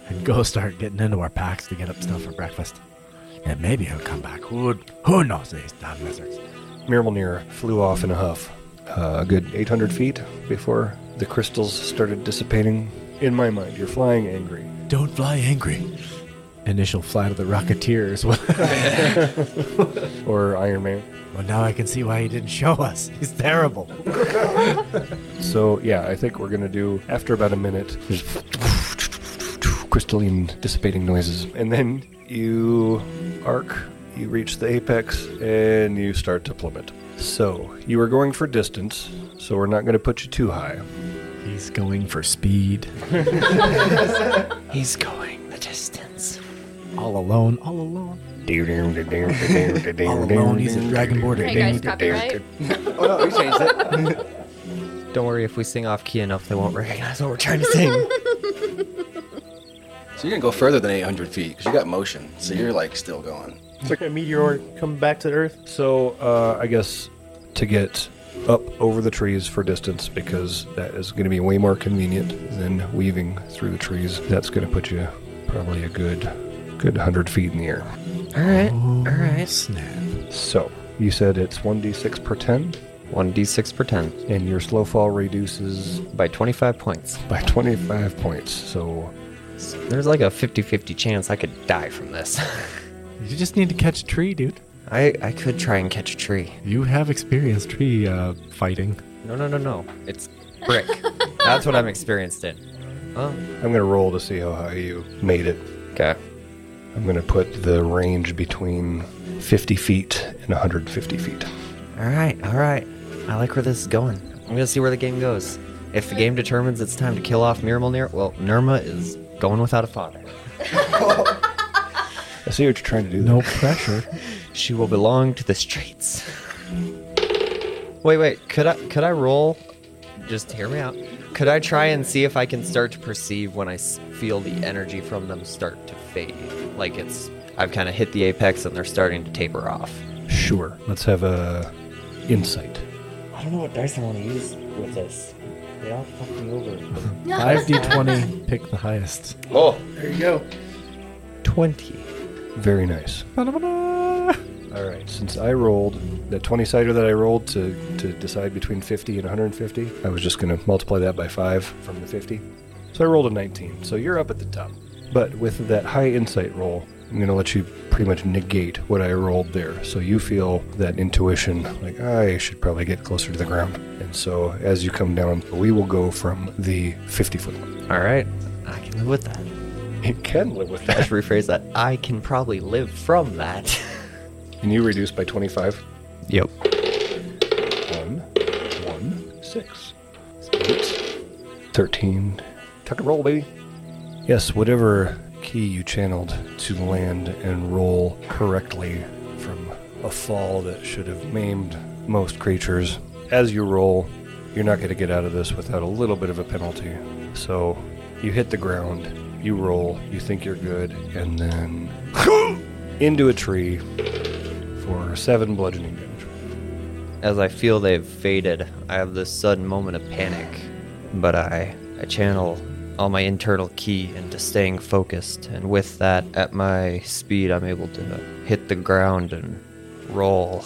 S2: and go start getting into our packs to get up stuff for breakfast. And maybe he'll come back. Who, who knows these damn lizards?
S1: Myrmulnir flew off in a huff, uh, a good 800 feet before the crystals started dissipating. In my mind, you're flying angry.
S2: Don't fly angry. Initial flight of the Rocketeers. well,
S1: Or Iron Man.
S2: now I can see why he didn't show us. He's terrible.
S1: So, yeah, I think we're going to do, after about a minute, there's crystalline dissipating noises. And then you arc, you reach the apex, and you start to plummet. So, you are going for distance, so we're not going to put you too high.
S2: He's going for speed.
S3: He's going the distance.
S2: All alone, all alone. All alone, he's a dragonborn.
S6: Hey guys, copyright.
S3: Don't worry, if we sing off key enough, they won't recognize what we're trying to sing.
S5: So you're gonna go further than 800 feet because you got motion. So you're like still going.
S4: it's like a meteor coming back to the Earth.
S1: So uh, I guess to get up over the trees for distance because that is going to be way more convenient than weaving through the trees. That's going to put you probably a good, good hundred feet in the air.
S3: All right, all right.
S2: Oh, Snap.
S1: So you said it's one d6 per ten,
S3: One d6 per 10
S1: and your slow fall reduces
S3: by 25 points.
S1: by 25 points. So
S3: There's like a 50-50 chance I could die from this.
S2: You just need to catch a tree, dude.
S3: I I could try and catch a tree.
S2: You have experienced tree uh, fighting.
S3: No, no, no, no. It's brick. That's what I'm experienced in. Oh,
S1: I'm going to roll to see how high you made it.
S3: okay.
S1: I'm going to put the range between 50 feet and 150 feet.
S3: All right, all right. I like where this is going. I'm gonna see where the game goes. If the game determines it's time to kill off Miramalnir, well, Nirma is going without a father.
S1: I see what you're trying to do there.
S2: No pressure.
S3: She will belong to the streets. Wait, wait. Could I could I roll? Just hear me out. Could I try and see if I can start to perceive when I s- feel the energy from them start to fade? Like it's I've kind of hit the apex and they're starting to taper off.
S1: Sure. Let's have a insight.
S3: I don't know what dice I want to use with this. They all fuck me over.
S2: 5d20, pick the highest.
S8: Oh,
S4: There you go.
S3: Twenty.
S1: Very nice. All right. Since I rolled that 20 sider that I rolled to, to decide between 50 and 150, I was just going to multiply that by 5 from the 50. So I rolled a 19. So you're up at the top. But with that high insight roll, I'm going to let you pretty much negate what I rolled there. So you feel that intuition, like, I should probably get closer to the ground. And so as you come down, we will go from the 50 foot line.
S3: All right. I can live with that.
S1: It can live with that.
S3: Let's rephrase that. I can probably live from that.
S1: And you reduce by 25.
S3: Yep.
S1: One, one, six, eight, thirteen. Tuck and roll, baby. Yes, whatever key you channeled to land and roll correctly from a fall that should have maimed most creatures. As you roll, you're not going to get out of this without a little bit of a penalty. So you hit the ground, you roll, you think you're good, and then into a tree for seven bludgeoning damage.
S3: As I feel they've faded, I have this sudden moment of panic, but I, I channel all my internal key into staying focused, and with that, at my speed, I'm able to hit the ground and roll.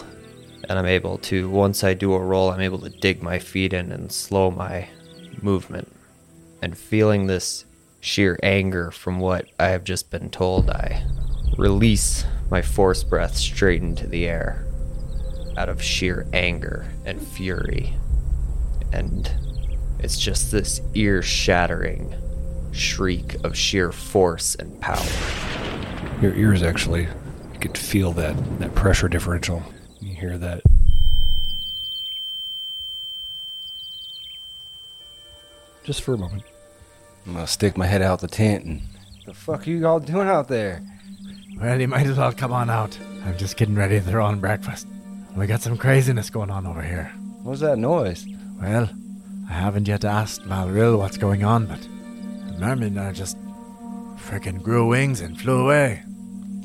S3: And I'm able to, once I do a roll, I'm able to dig my feet in and slow my movement. And feeling this sheer anger from what I have just been told, I release my force breath straight into the air out of sheer anger and fury. And it's just this ear shattering shriek of sheer force and power.
S1: Your ears actually you could feel that that pressure differential. You hear that just for a moment.
S5: I'm gonna stick my head out the tent and. The fuck are you all doing out there?
S2: Well, you might as well come on out. I'm just getting ready to throw on breakfast. We got some craziness going on over here.
S5: What was that noise?
S2: Well, I haven't yet asked Valril what's going on, but the merman uh, just frickin' grew wings and flew away.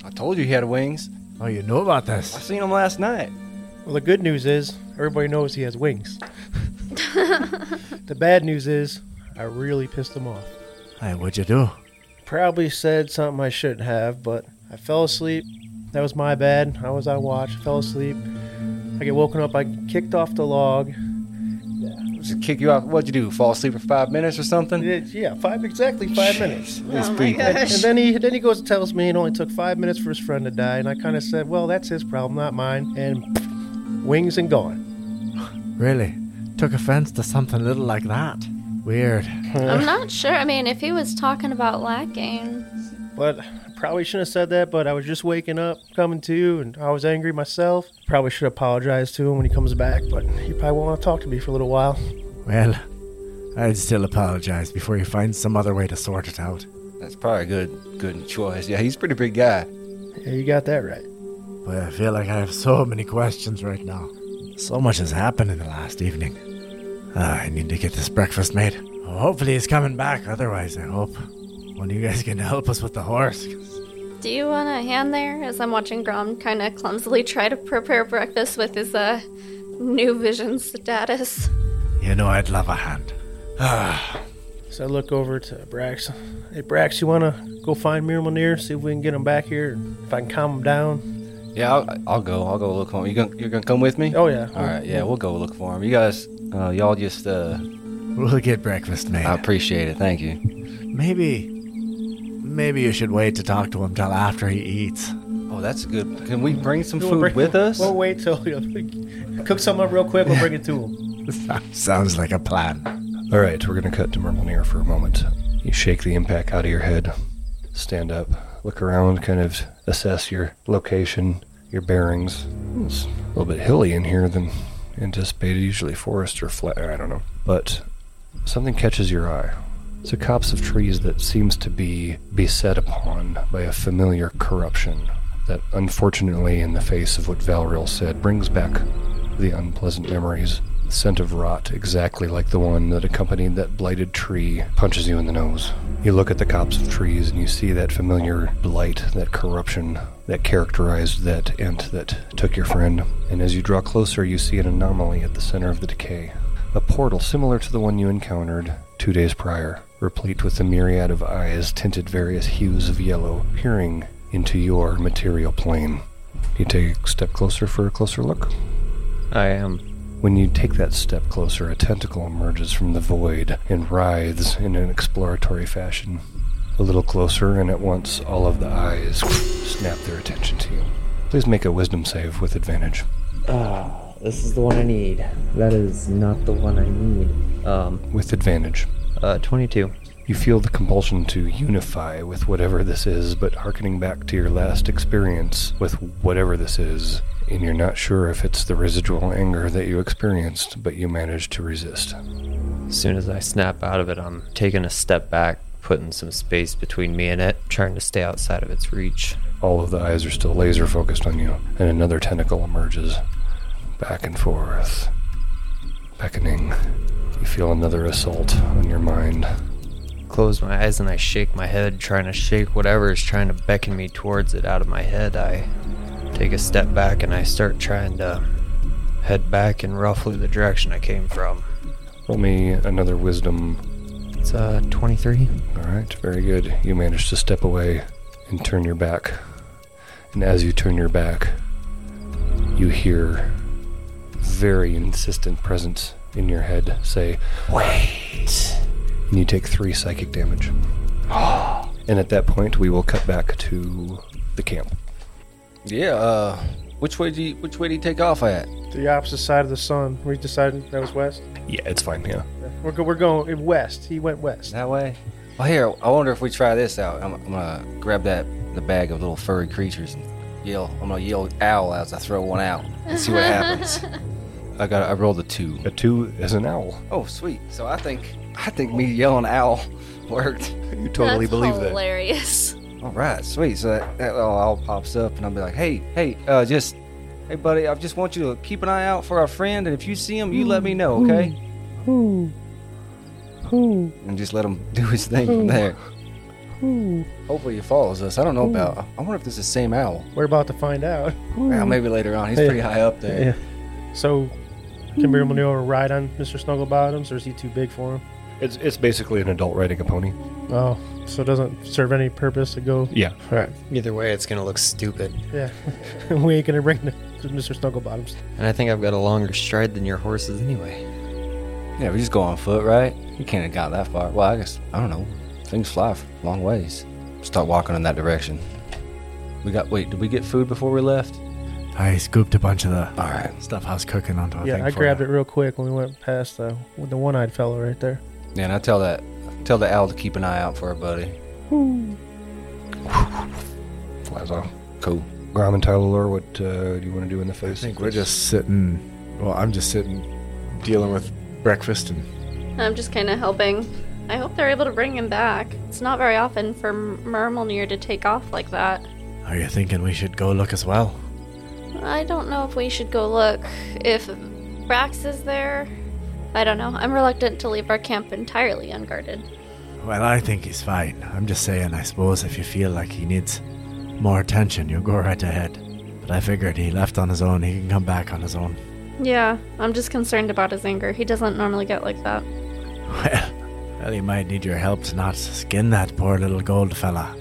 S5: I told you he had wings.
S2: Oh, you know about
S5: I
S2: this?
S5: seen him last night.
S4: Well, the good news is everybody knows he has wings. the bad news is I really pissed him off.
S2: Hey, what'd you do?
S4: Probably said something I shouldn't have, but I fell asleep. That was my bad. I was on watch. Fell asleep. I get woken up. I kicked off the log.
S5: Just kick you out. What'd you do? Fall asleep for five minutes or something?
S4: It- yeah, five exactly five minutes.
S5: These
S6: Oh my
S5: people.
S4: And
S6: gosh.
S4: then he then he goes and tells me it only took five minutes for his friend to die, and I kind of said, "Well, that's his problem, not mine." And wings and gone.
S2: Really? Took offense to something little like that? Weird.
S6: I'm not sure. I mean, if he was talking about lacking,
S4: But I probably shouldn't have said that. But I was just waking up, coming to, and I was angry myself. Probably should apologize to him when he comes back, but he probably won't want to talk to me for a little while.
S2: Well, I'd still apologize before you find some other way to sort it out.
S5: That's probably a good, good choice. Yeah, he's a pretty big guy.
S4: Yeah, you got that right.
S2: But I feel like I have so many questions right now. So much has happened in the last evening. Ah, I need to get this breakfast made. Hopefully he's coming back. Otherwise, I hope one of you guys can help us with the horse. 'cause
S6: do you want a hand there? As I'm watching Grom kind of clumsily try to prepare breakfast with his uh, new vision status.
S2: You know I'd love a hand.
S4: So I look over to Brax. Hey, Brax, you want to go find Miramonir, see if we can get him back here, if I can calm him down?
S5: Yeah, I'll, I'll go. I'll go look for him. You gonna, you're gonna come with me?
S4: Oh, yeah.
S5: All right. Yeah, we'll go look for him. You guys, uh, y'all just. Uh,
S2: We'll get breakfast made.
S5: I appreciate it. Thank you.
S2: Maybe. Maybe you should wait to talk to him till after he eats.
S5: Oh, that's good. Can we bring some
S4: We'll
S5: food
S4: bring-
S5: with us?
S4: We'll wait till you know, cook some up real quick. We'll bring it to him.
S2: Sounds like a plan.
S1: All right, we're gonna cut to Mermelnir for a moment. You shake the impact out of your head, stand up, look around, kind of assess your location, your bearings. It's a little bit hilly in here than anticipated, usually forest or flat, I don't know. But something catches your eye. It's a copse of trees that seems to be beset upon by a familiar corruption that, unfortunately, in the face of what Valriel said, brings back the unpleasant memories. The scent of rot, exactly like the one that accompanied that blighted tree, punches you in the nose. You look at the copse of trees and you see that familiar blight, that corruption that characterized that ant that took your friend. And as you draw closer, you see an anomaly at the center of the decay. A portal similar to the one you encountered two days prior, replete with a myriad of eyes tinted various hues of yellow, peering into your material plane. You take a step closer for a closer look.
S3: I am.
S1: When you take that step closer, a tentacle emerges from the void and writhes in an exploratory fashion. A little closer, and at once all of the eyes snap their attention to you. Please make a wisdom save with advantage.
S9: Ah, this is the one I need. That is not the one I need. Um,
S1: With advantage.
S3: Uh, 22.
S1: You feel the compulsion to unify with whatever this is, but hearkening back to your last experience with whatever this is, and you're not sure if it's the residual anger that you experienced, but you managed to resist.
S3: As soon as I snap out of it, I'm taking a step back, putting some space between me and it, trying to stay outside of its reach.
S1: All of the eyes are still laser focused on you, and another tentacle emerges. Back and forth. Beckoning. You feel another assault on your mind.
S3: Close my eyes and I shake my head, trying to shake whatever is trying to beckon me towards it out of my head. I take a step back and I start trying to head back in roughly the direction I came from.
S1: Roll me another wisdom
S3: It's uh 23.
S1: All right, very good. You manage to step away and turn your back. And as you turn your back, you hear very insistent presence in your head say, "Wait." And you take 3 psychic damage. and at that point, we will cut back to the camp.
S5: Yeah. Uh, which way do you, which way do you take off at?
S4: The opposite side of the sun. We decided that was west.
S1: Yeah, it's fine. Yeah.
S4: We're, go- we're going west. He went west.
S5: That way. Well, Oh, here. I wonder if we try this out. I'm, I'm gonna grab that the bag of little furry creatures and yell. I'm gonna yell owl as I throw one out and see what happens. I got. I rolled a two.
S1: A 2 is an owl.
S5: Oh, sweet. So I think I think me yelling owl worked.
S1: You totally
S6: That's
S1: believe that.
S6: hilarious.
S5: All right, sweet. So that, that little owl pops up, and I'll be like, "Hey, hey, uh, just, hey, buddy, I just want you to keep an eye out for our friend, and if you see him, you let me know, okay?" And just let him do his thing from there. Hopefully, he follows us. I don't know about. I wonder if this is the same owl.
S4: We're about to find out.
S5: Well, maybe later on. He's
S4: Yeah.
S5: pretty high up there.
S4: So, can Miramanil ride on Mr. Snugglebottoms, or is he too big for him?
S1: It's it's basically an adult riding a pony.
S4: Oh, so it doesn't serve any purpose to go.
S1: Yeah.
S4: All right.
S3: Either way, it's gonna look stupid.
S4: Yeah. we ain't gonna bring the, to Mr. Snugglebottoms.
S3: And I think I've got a longer stride than your horses anyway.
S5: Yeah, we just go on foot, right? You can't have got that far. Well, I guess I don't know. Things fly f- long ways. Start walking in that direction. We got. Wait, did we get food before we left?
S2: I scooped a bunch of the
S5: All right.
S2: stuff I was cooking onto a
S4: yeah,
S2: thing
S4: I
S2: for
S4: grabbed
S2: you.
S4: it real quick when we went past the the one-eyed fellow right there.
S5: Yeah, and I tell that tell the owl to keep an eye out for her buddy.
S1: Flies off.
S5: Cool.
S1: Grom and Tyler, what uh, do you want to do in the face?
S10: I think we're just sitting. Well, I'm just sitting, dealing with breakfast and
S6: I'm just kind of helping. I hope they're able to bring him back. It's not very often for Mermelnir to take off like that.
S2: Are you thinking we should go look as well?
S6: I don't know if we should go look. If Brax is there, I don't know. I'm reluctant to leave our camp entirely unguarded.
S2: Well, I think he's fine. I'm just saying, I suppose if you feel like he needs more attention, you go right ahead. But I figured he left on his own. He can come back on his own.
S6: Yeah, I'm just concerned about his anger. He doesn't normally get like that.
S2: Well, well, he might need your help to not skin that poor little gold fella.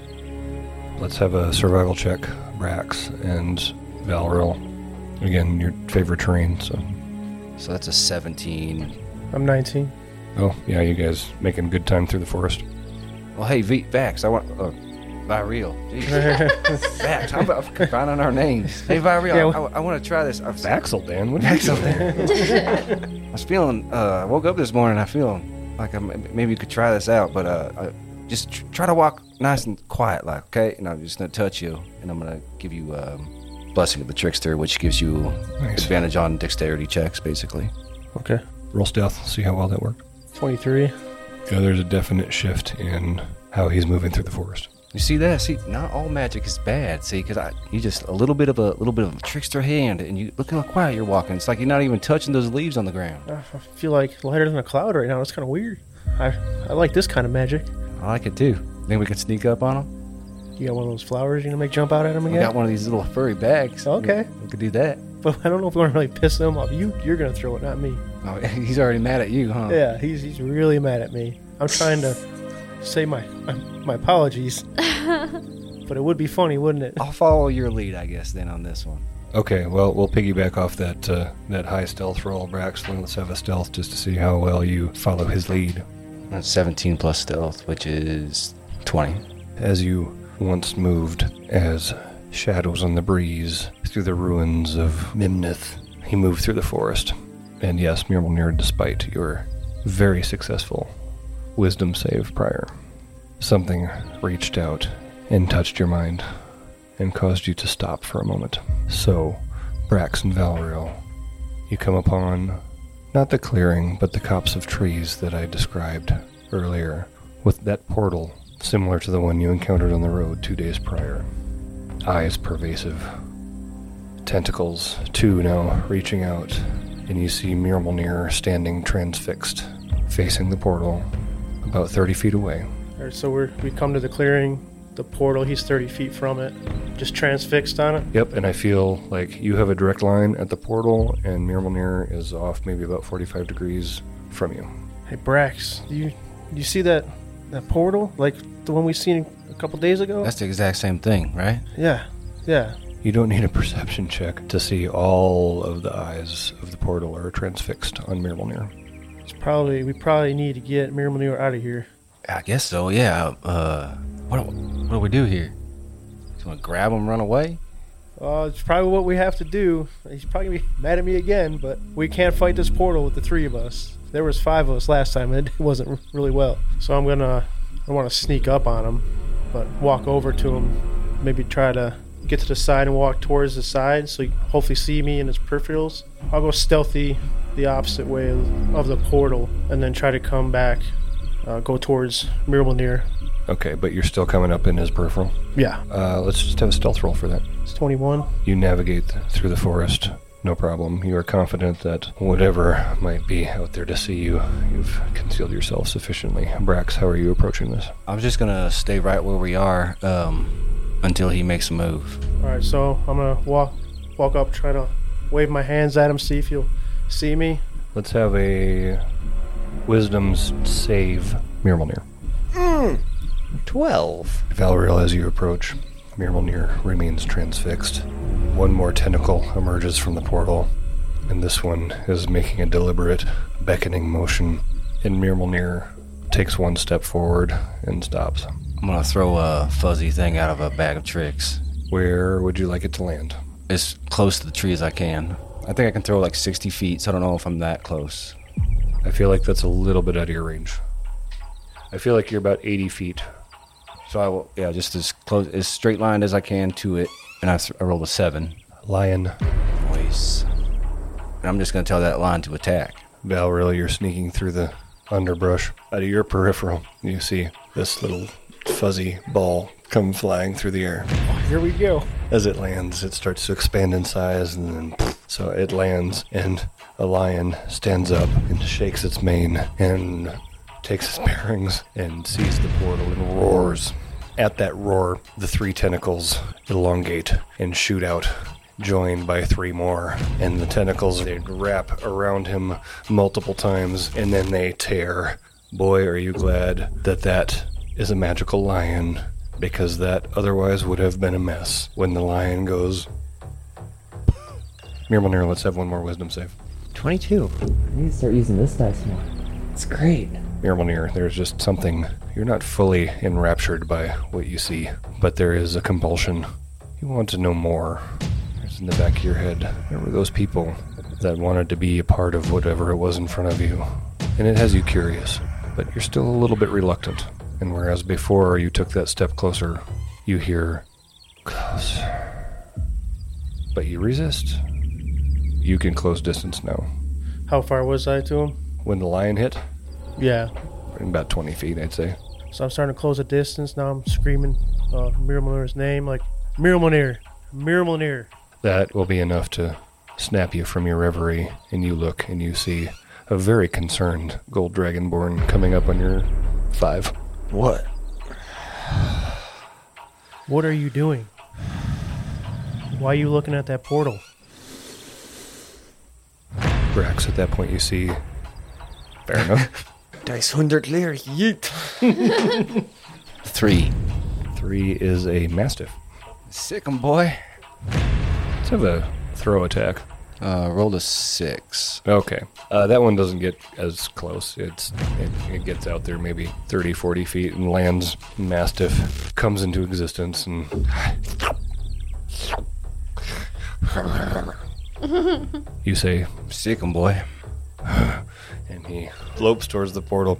S1: Let's have a survival check, Brax and Valril. Again, your favorite terrain, so.
S5: So that's a 17.
S4: I'm 19.
S1: Oh, yeah, you guys making good time through the forest.
S5: Well, hey, V Vax, I want. Uh, Viril. Jeez. Vax, I'm about finding our names. Hey, Viril,
S4: Yeah,
S5: I, want to try this. I was, I
S1: Axel, Dan, what are you doing?
S5: was feeling, uh, I woke up this morning, I feel like I, m- maybe you could try this out, but uh, I, just tr- try to walk nice and quiet, like, okay? And I'm just going to touch you, and I'm going to give you um, Blessing of the Trickster, which gives you
S1: Nice.
S5: advantage on dexterity checks, basically.
S4: Okay.
S1: Roll stealth, see how well that worked.
S4: 23.
S1: Yeah, there's a definite shift in how he's moving through the forest.
S5: You see that? See, not all magic is bad. See, because I you just a little bit of a little bit of a trickster hand, and you look how quiet you're walking. It's like you're not even touching those leaves on the ground.
S4: I Ah, I feel like lighter than a cloud right now. It's kind of weird. I, I like this kind of magic.
S5: I like it too. Think we could sneak up on them?
S4: You got one of those flowers you're going to make jump out at him
S5: We
S4: again?
S5: got one of these little furry bags.
S4: Okay.
S5: we, we could do that.
S4: But I don't know if we're going to really piss him off. You, you're going to throw it, not me.
S5: Oh, he's already mad at you, huh?
S4: Yeah, he's, he's really mad at me. I'm trying to say my, my, my apologies. but it would be funny, wouldn't it?
S5: I'll follow your lead, I guess, then on this one.
S1: Okay, well, we'll piggyback off that uh, that high stealth roll, Braxton. Let's have a stealth just to see how well you follow his lead.
S5: That's 17 plus stealth, which is 20.
S1: As you once moved, as shadows on the breeze through the ruins of Mimnith, he moved through the forest. And yes, Mjolnir, despite your very successful wisdom save prior, something reached out and touched your mind and caused you to stop for a moment. So, Brax and Valriel, you come upon not the clearing, but the copse of trees that I described earlier, with that portal similar to the one you encountered on the road two days prior. Eyes pervasive. Tentacles, two now, reaching out, and you see Mirmalnir standing transfixed, facing the portal, about 30 feet away.
S4: All right, so we're, we come to the clearing, the portal. He's 30 feet from it. Just transfixed on it.
S1: Yep, and I feel like you have a direct line at the portal, and Mirmalnir is off maybe about 45 degrees from you.
S4: Hey Brax, do you you see that that portal? Like the one we seen a couple days ago?
S5: That's the exact same thing, right?
S4: yeah, yeah.
S1: You don't need a perception check to see all of the eyes of the portal are transfixed on Mirmalnir.
S4: It's probably we probably need to get Miramanur out of here.
S5: I guess so, yeah. Uh, what, do- what do we do here? Just want to grab him, run away?
S4: Uh, it's probably what we have to do. He's probably gonna be mad at me again, but we can't fight this portal with the three of us. There was five of us last time, and it wasn't really well. So I'm gonna I want to sneak up on him, but walk over to him, maybe try to get to the side and walk towards the side, so he can hopefully see me in his peripherals. I'll go stealthy the opposite way of the portal, and then try to come back, uh, go towards Miramalnir.
S1: Okay, but you're still coming up in his peripheral.
S4: Yeah,
S1: Uh, let's just have a stealth roll for that.
S4: it's 21.
S1: You navigate through the forest, no problem. You are confident that whatever might be out there to see you, you've concealed yourself sufficiently. Brax, how are you approaching this?
S5: I'm just going to stay right where we are um, until he makes a move.
S4: All right, so I'm gonna walk walk up, try to wave my hands at him, see if he'll see me.
S1: Let's have a wisdom's save, Mirmalnir.
S3: 12.
S1: Valriel, as you approach, Mirmalnir remains transfixed. One more tentacle emerges from the portal, and this one is making a deliberate, beckoning motion. And Mirmalnir takes one step forward and stops.
S5: I'm going to throw a fuzzy thing out of a bag of tricks
S1: Where would you like it to land?
S5: as close to the tree as I can. I think I can throw like 60 feet, so I don't know if I'm that close.
S1: I feel like that's a little bit out of your range. I feel like you're about 80 feet.
S5: So I will, yeah, just as close, as straight lined as I can to it, and I, th- I rolled a seven.
S1: Lion,
S5: Voice. And I'm just gonna tell that line to attack.
S1: Valriel, you're sneaking through the underbrush. Out of your peripheral, you see this little fuzzy ball come flying through the air.
S4: Here we go.
S1: As it lands, it starts to expand in size, and then poof, so it lands, and a lion stands up and shakes its mane and takes its bearings and sees the portal and roars. At that roar, the three tentacles elongate and shoot out, joined by three more, and the tentacles they wrap around him multiple times, and then they tear. Boy, are you glad that that is a magical lion because that otherwise would have been a mess when the lion goes. Mirmalnir, let's have one more wisdom save.
S3: 22.
S9: I need to start using this dice more. It's great.
S1: Mirmalnir, there's just something. You're not fully enraptured by what you see, but there is a compulsion. You want to know more. There's in the back of your head. There were those people that wanted to be a part of whatever it was in front of you. And it has you curious, but you're still a little bit reluctant. And whereas before you took that step closer, you hear closer. but you resist. You can close distance now.
S4: How far was I to him?
S1: When the lion hit,
S4: Yeah.
S1: in about 20 feet, I'd say.
S4: So I'm starting to close the distance. Now I'm screaming uh, Miramonir's name, like, Miramonir! Miramonir!
S1: That will be enough to snap you from your reverie, and you look and you see a very concerned gold dragonborn coming up on your five.
S11: What?
S4: What are you doing? Why are you looking at that portal?
S1: Brax, at that point, you see. Fair enough.
S11: 300 Leer, yeet.
S1: Three. Three is a mastiff.
S5: Sick 'em, boy.
S1: Let's have a throw attack.
S5: Uh, roll a six.
S1: Okay. Uh, that one doesn't get as close. It's it, it gets out there maybe 30, 40 feet and lands. Mastiff comes into existence and you say,
S5: Sick 'em, boy.
S1: and he lopes towards the portal.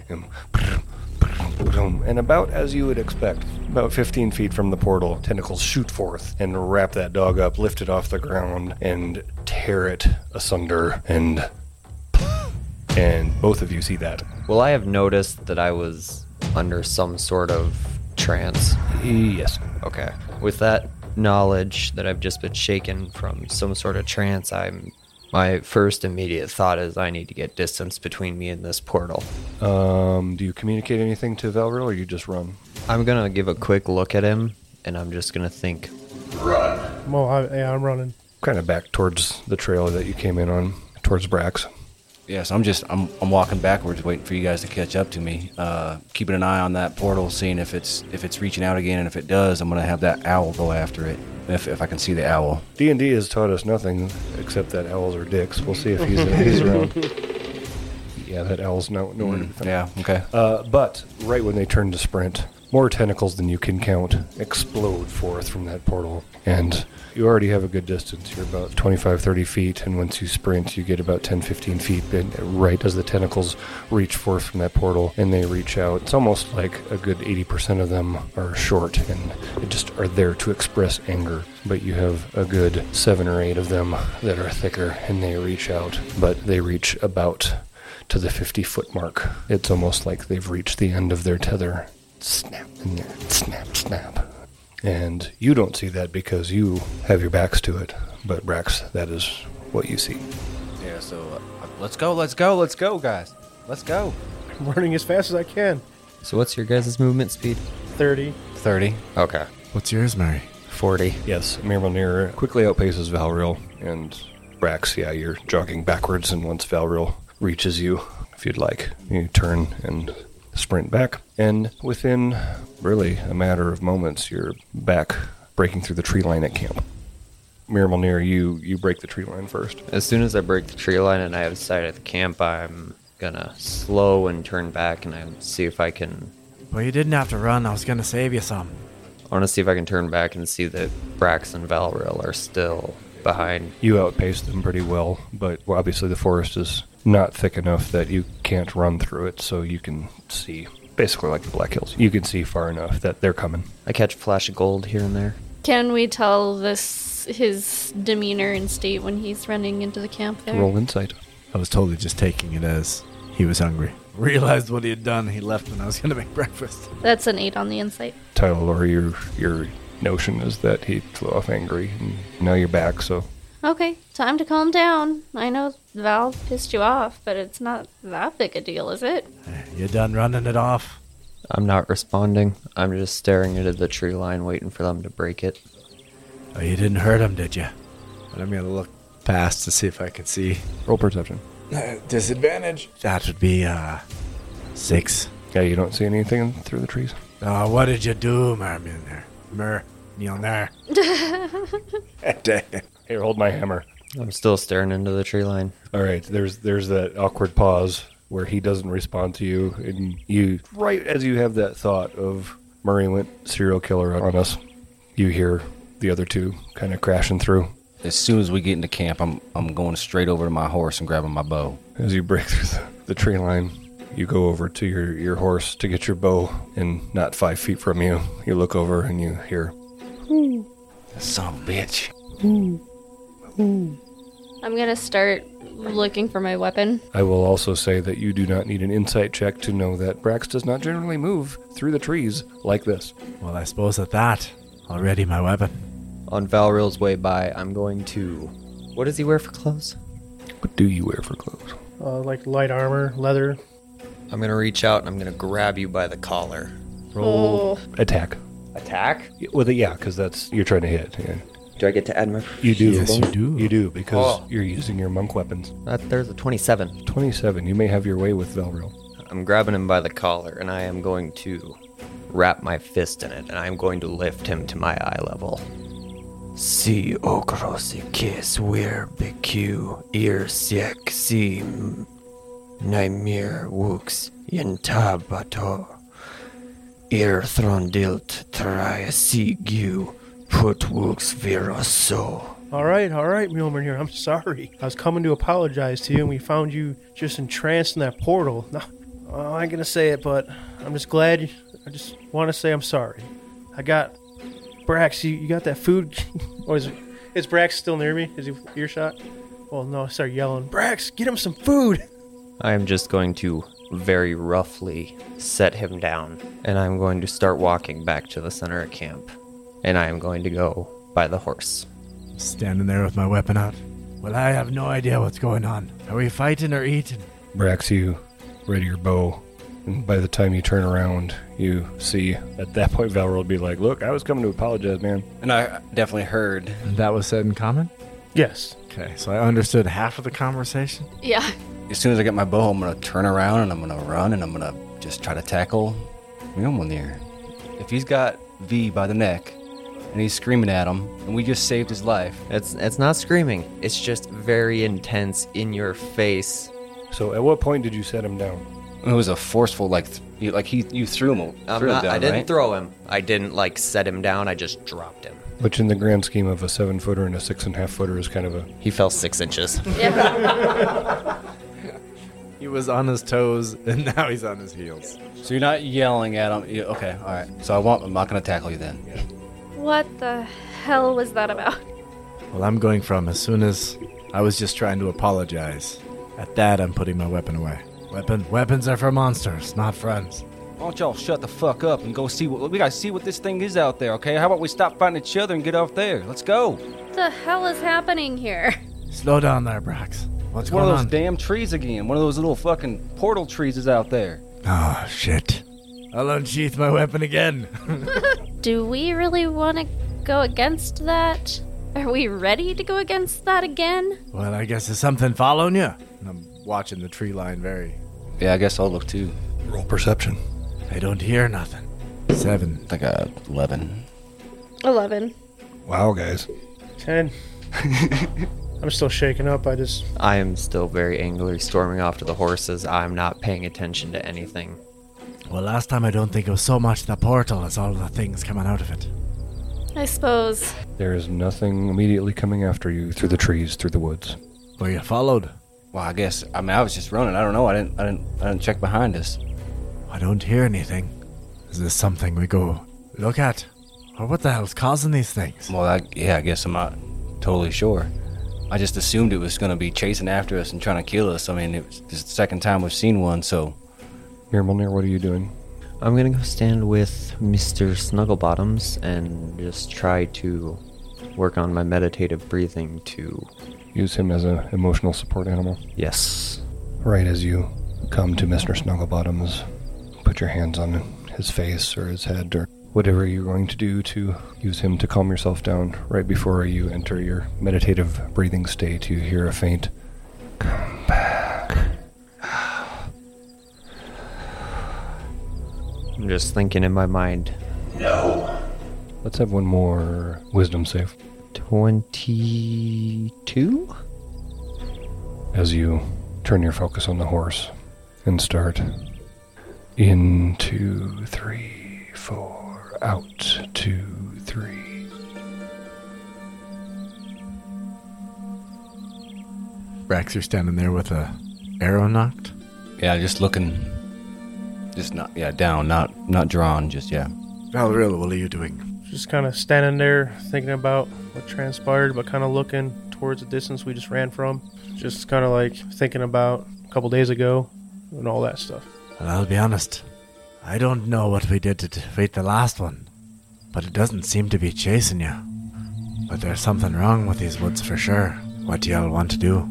S1: And about as you would expect, about 15 feet from the portal, tentacles shoot forth and wrap that dog up, lift it off the ground, and tear it asunder. And and both of you see that.
S3: Will I have noticed that I was under some sort of trance?
S1: Yes.
S3: Okay. With that knowledge that I've just been shaken from some sort of trance, I'm my first immediate thought is I need to get distance between me and this portal.
S1: Um, do you communicate anything to Valril, or you just run?
S3: I'm gonna give a quick look at him and I'm just gonna think
S8: Run.
S4: Well, I, yeah, I'm running.
S1: Kind of back towards the trail that you came in on, towards Brax.
S5: Yeah, so I'm just I'm, I'm walking backwards, waiting for you guys to catch up to me. Uh, keeping an eye on that portal, seeing if it's if it's reaching out again, and if it does, I'm gonna have that owl go after it. If, if I can see the owl,
S1: D and D has taught us nothing except that owls are dicks. We'll see if he's, he's around. Yeah, that owl's no nowhere. to be found.
S5: Mm, yeah, okay.
S1: Uh, but right when they turn to sprint, more tentacles than you can count explode forth from that portal. And you already have a good distance. You're about 25, 30 feet. And once you sprint, you get about 10, 15 feet. And right as the tentacles reach forth from that portal and they reach out, it's almost like a good 80% of them are short and they just are there to express anger. But you have a good seven or eight of them that are thicker and they reach out. But they reach about to the 50 foot mark. It's almost like they've reached the end of their tether. Snap in there, snap, snap. And you don't see that because you have your backs to it. But Brax, that is what you see.
S5: Yeah, so uh, let's go, let's go, let's go, guys, let's go.
S4: I'm running as fast as I can.
S3: So what's your guys' movement speed?
S4: 30.
S5: Thirty.
S3: Okay.
S2: What's yours, Mary?
S3: Forty.
S1: Yes, Mirmalnir quickly outpaces Valril. And Brax, yeah, you're jogging backwards. And once Valril reaches you, if you'd like, you turn and sprint back. And within really a matter of moments, you're back breaking through the tree line at camp. Mirmalnir, you, you break the tree line first.
S3: As soon as I break the tree line and I have sight of the camp, I'm gonna slow and turn back and I see if I can
S2: Well, you didn't have to run. I was going to save you some.
S3: I wanna see if I can turn back and see that Brax and Valril are still behind.
S1: you outpace them pretty well, but well, obviously the forest is not thick enough that you can't run through it, so you can see basically like the Black Hills. You can see far enough that they're coming.
S3: I catch a flash of gold here and there.
S6: Can we tell this his demeanor and state when he's running into the camp there?
S1: Roll insight.
S2: I was totally just taking it as he was hungry. Realized what he had done. He left when I was going to make breakfast.
S6: That's an eight on the insight.
S1: Tyler, or your your notion is that he flew off angry, and now you're back. So
S6: Okay, time to calm down. I know Val pissed you off, but it's not that big a deal, is it?
S2: Eh, You done running it off?
S3: I'm not responding. I'm just staring into the tree line waiting for them to break it.
S2: Oh, you didn't hurt him, did you? And I'm going to look past to see if I can see.
S1: roll perception.
S10: Disadvantage.
S2: That would be, uh, six.
S1: Yeah, you don't see anything through the trees.
S2: Oh, what did you do, Mermilner? Mer, Mjolnir.
S1: Here, hold my hammer.
S3: I'm still staring into the tree line.
S1: All right, there's there's that awkward pause where he doesn't respond to you, and you right as you have that thought of Murray went serial killer on us, you hear the other two kind of crashing through
S5: As soon as we get into camp, I'm I'm going straight over to my horse and grabbing my bow.
S1: as you break through the, the tree line. You go over to your, your horse to get your bow, and not five feet from you, you look over and you hear
S5: Son of a bitch.
S6: I'm gonna start looking for my weapon.
S1: I will also say that you do not need an insight check to know that Brax does not generally move through the trees like this.
S2: Well, I suppose at that, already my weapon.
S3: On Valril's way by, I'm going to. What does he wear for clothes?
S1: What do you wear for clothes?
S4: Uh, like light armor, leather.
S3: I'm gonna reach out and I'm gonna grab you by the collar. Roll.
S6: Oh.
S1: Attack.
S3: Attack?
S1: Well, yeah, because that's you're trying to hit. Yeah.
S12: Do I get to add my?
S1: You do.
S12: Yes, you
S1: do. You do because
S3: Oh.
S1: you're using your monk weapons.
S3: That, Uh, there's a 27.
S1: 27. You may have your way with Valril.
S3: I'm grabbing him by the collar and I am going to wrap my fist in it and I'm going to lift him to my eye level. See Okrosi kiss wear BQ ear siek si Naimir wooks yentabato ear throndil try seek you put wooks vira so.
S4: All right, all right, Mjolnir here. I'm sorry. I was coming to apologize to you, and we found you just entranced in that portal. No, oh, I ain't gonna say it, but I'm just glad. You, I just want to say I'm sorry. I got Brax. You, you got that food? or is is Brax still near me? Is he earshot? Well, no. I start yelling, Brax, get him some food.
S3: I am just going to very roughly set him down, and I'm going to start walking back to the center of camp. And I am going to go by the horse.
S2: Standing there with my weapon out. Well, I have no idea what's going on. Are we fighting or eating?
S1: Brax, you ready your bow. And by the time you turn around, you see at that point Valril will be like, Look, I was coming to apologize, man.
S5: And I definitely heard.
S2: That was said in common?
S4: Yes.
S2: Okay, so I understood half of the conversation.
S6: Yeah.
S5: As soon as I get my bow, I'm gonna turn around and I'm gonna run and I'm gonna just try to tackle Mjolnir. If he's got V by the neck and he's screaming at him, and we just saved his life,
S3: It's it's not screaming. It's just very intense in your face.
S1: So at what point did you set him down?
S5: it was a forceful like, th- you- like he you threw him,
S3: I'm
S5: threw him
S3: not-
S5: down,
S3: I didn't
S5: right?
S3: throw him. I didn't like set him down. I just dropped him.
S1: Which, in the grand scheme of a seven footer and a six and a half footer, is kind of a.
S3: He fell six inches.
S2: He was on his toes, and now he's on his heels.
S5: so you're not yelling at him. You, okay, all right. So I won't. I'm not gonna tackle you then.
S6: What the hell was that about?
S2: Well, I'm going from as soon as I was just trying to apologize. At that, I'm putting my weapon away. Weapon, weapons are for monsters, not friends.
S5: Why don't y'all shut the fuck up and go see what we gotta see what this thing is out there? Okay, how about we stop fighting each other and get off there? Let's go.
S6: What the hell is happening here?
S2: Slow down there, Brax. What's
S5: It's one
S2: going
S5: of those
S2: on?
S5: damn trees again. One of those little fucking portal trees is out there.
S2: oh shit! I'll unsheath my weapon again.
S6: Do we really want to go against that? Are we ready to go against that again?
S2: well, I guess there's something following you. And I'm watching the tree line very.
S5: Yeah, I guess I'll look too.
S1: Roll perception.
S2: I don't hear nothing. Seven.
S5: I think uh, I have 11.
S6: 11.
S1: Wow, guys.
S4: Ten. I'm still shaken up. I just
S3: I am still very angrily storming off to the horses. I'm not paying attention to anything.
S2: Well, last time I don't think it was so much the portal as all the things coming out of it.
S6: I suppose.
S1: There is nothing immediately coming after you through the trees, through the woods.
S2: Were you followed?
S5: Well, I guess I mean I was just running. I don't know. I didn't I didn't I didn't check behind us.
S2: I don't hear anything. Is this something we go look at? Or what the hell's causing these things?
S5: Well, I, yeah, I guess I'm not totally sure. I just assumed it was going to be chasing after us and trying to kill us. I mean, it was this is the second time we've seen one, so
S1: Mirmalnir, what are you doing?
S3: I'm gonna go stand with Mr. Snugglebottoms and just try to work on my meditative breathing to.
S1: Use him as an emotional support animal.
S3: Yes.
S1: Right as you come to Mr. Snugglebottom's, put your hands on his face or his head or whatever you're going to do to use him to calm yourself down. Right before you enter your meditative breathing state, you hear a faint
S3: I'm just thinking in my mind.
S13: No.
S1: Let's have one more wisdom save
S3: 22?
S1: as you turn your focus on the horse and start. In, two, three, four, out, two, three.
S2: Brax, you're standing there with a arrow knocked.
S5: yeah, just looking, just not yeah down, not not drawn, just yeah.
S2: Valrilla, what are you doing?
S4: just kind of standing there thinking about what transpired, but kind of looking towards the distance we just ran from. Just kind of like thinking about a couple days ago and all that stuff.
S2: And I'll be honest, I don't know what we did to defeat the last one, but it doesn't seem to be chasing you. But there's something wrong with these woods for sure. What do y'all want to do?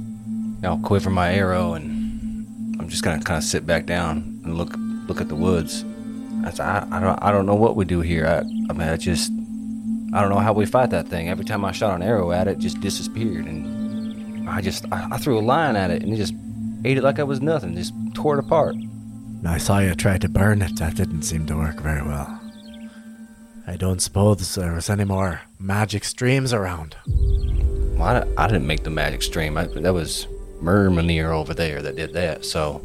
S5: I'll quiver my arrow and I'm just gonna kind of sit back down and look look at the woods. That's, I, I don't I don't know what we do here. I, I mean I just I don't know how we fight that thing. Every time I shot an arrow at it, it just disappeared and I just I, I threw a line at it and it just ate it like I was nothing. Just tore it apart.
S2: I saw you try to burn it. That didn't seem to work very well. I don't suppose there was any more magic streams around.
S5: Well, I, di- I didn't make the magic stream. I, that was Mermineer over there that did that. So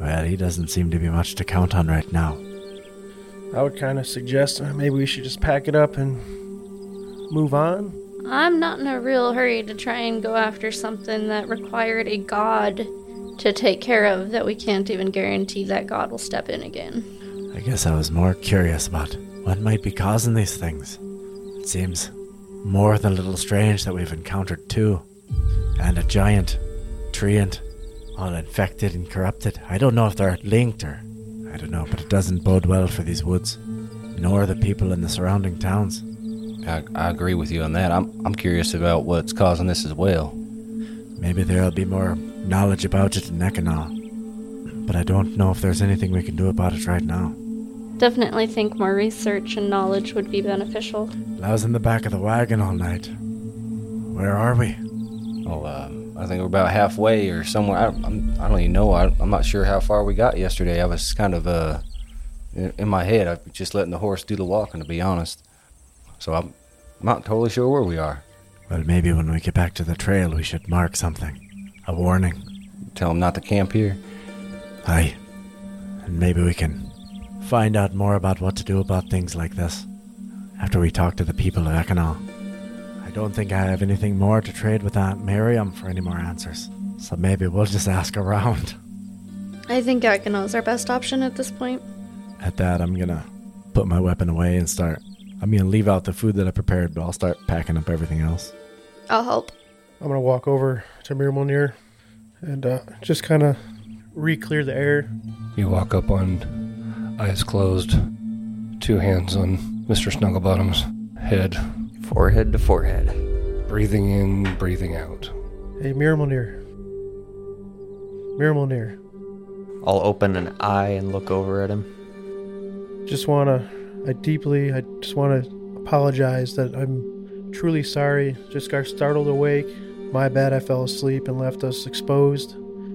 S2: Well, he doesn't seem to be much to count on right now.
S4: I would kind of suggest uh, maybe we should just pack it up and move on.
S6: I'm not in a real hurry to try and go after something that required a god to take care of that we can't even guarantee that god will step in again.
S2: I guess I was more curious about what might be causing these things. It seems more than a little strange that we've encountered two. And a giant, treant, all infected and corrupted. I don't know if they're linked or. I don't know, but it doesn't bode well for these woods, nor the people in the surrounding towns.
S5: I, I agree with you on that. I'm I'm curious about what's causing this as well.
S2: Maybe there'll be more knowledge about it in Ekanal. But I don't know if there's anything we can do about it right now.
S6: Definitely think more research and knowledge would be beneficial.
S2: I was in the back of the wagon all night. Where are we?
S5: Well, um, I think we're about halfway or somewhere. I, I'm, I don't even know. I, I'm not sure how far we got yesterday. I was kind of uh, in, in my head. I was just letting the horse do the walking, to be honest. So I'm not totally sure where we are.
S2: Well, maybe when we get back to the trail, we should mark something. A warning.
S5: Tell him not to camp here.
S2: Aye. And maybe we can find out more about what to do about things like this after we talk to the people of Ekanal. I don't think I have anything more to trade with Aunt Miriam for any more answers. So maybe we'll just ask around.
S6: I think Akinol is our best option at this point.
S2: At that, I'm gonna put my weapon away and start. I'm gonna leave out the food that I prepared, but I'll start packing up everything else.
S6: I'll help.
S4: I'm gonna walk over to Mir Munir and uh, just kind of re-clear the air.
S1: You walk up on eyes closed, two hands on Mr. Snugglebottom's head,
S3: Forehead to forehead.
S1: breathing in, breathing out.
S4: Hey, Mir Munir. Mir Munir.
S3: I'll open an eye and look over at him.
S4: Just wanna, I deeply, I just wanna apologize that I'm truly sorry. Just got startled awake. My bad, I fell asleep and left us exposed.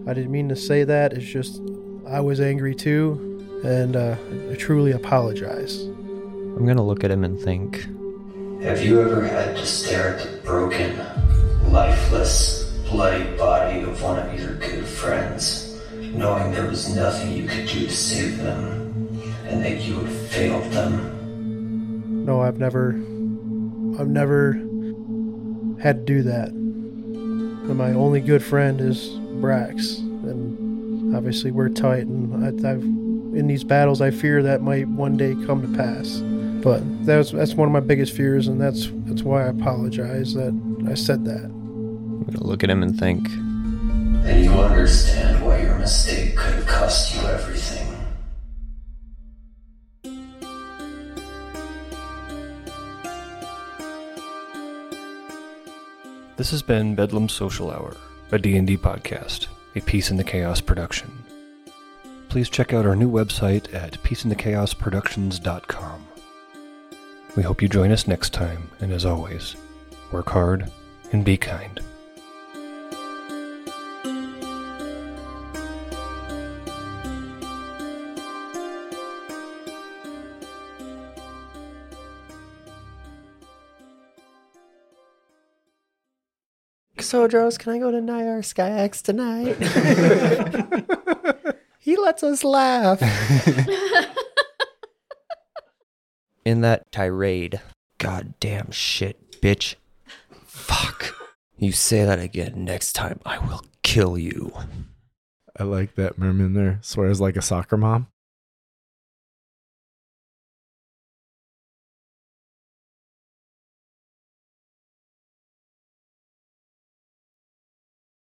S4: I didn't mean to say that. It's just I was angry too, and uh, I truly apologize.
S3: I'm gonna look at him and think.
S8: Have you ever had to stare at the broken, lifeless, bloody body of one of your good friends, knowing there was nothing you could do to save them, and that you had failed them?
S4: No, I've never, I've never had to do that. And my only good friend is Brax, and obviously we're tight. And I, I've, in these battles, I fear that might one day come to pass. But that's that's one of my biggest fears, and that's that's why I apologize that I said that.
S3: I'm gonna look at him and think.
S8: Then you understand why your mistake could have cost you everything.
S1: This has been Bedlam Social Hour, a D&D podcast, a Peace in the Chaos production. Please check out our new website at peaceinthechaosproductions.com. We hope you join us next time, and as always, work hard and be kind.
S11: Xodros, can I go to Nyar Skyax tonight? he lets us laugh.
S3: In that tirade, goddamn shit, bitch. Fuck. You say that again next time, I will kill you.
S2: I like that merman there. Swears like a soccer mom.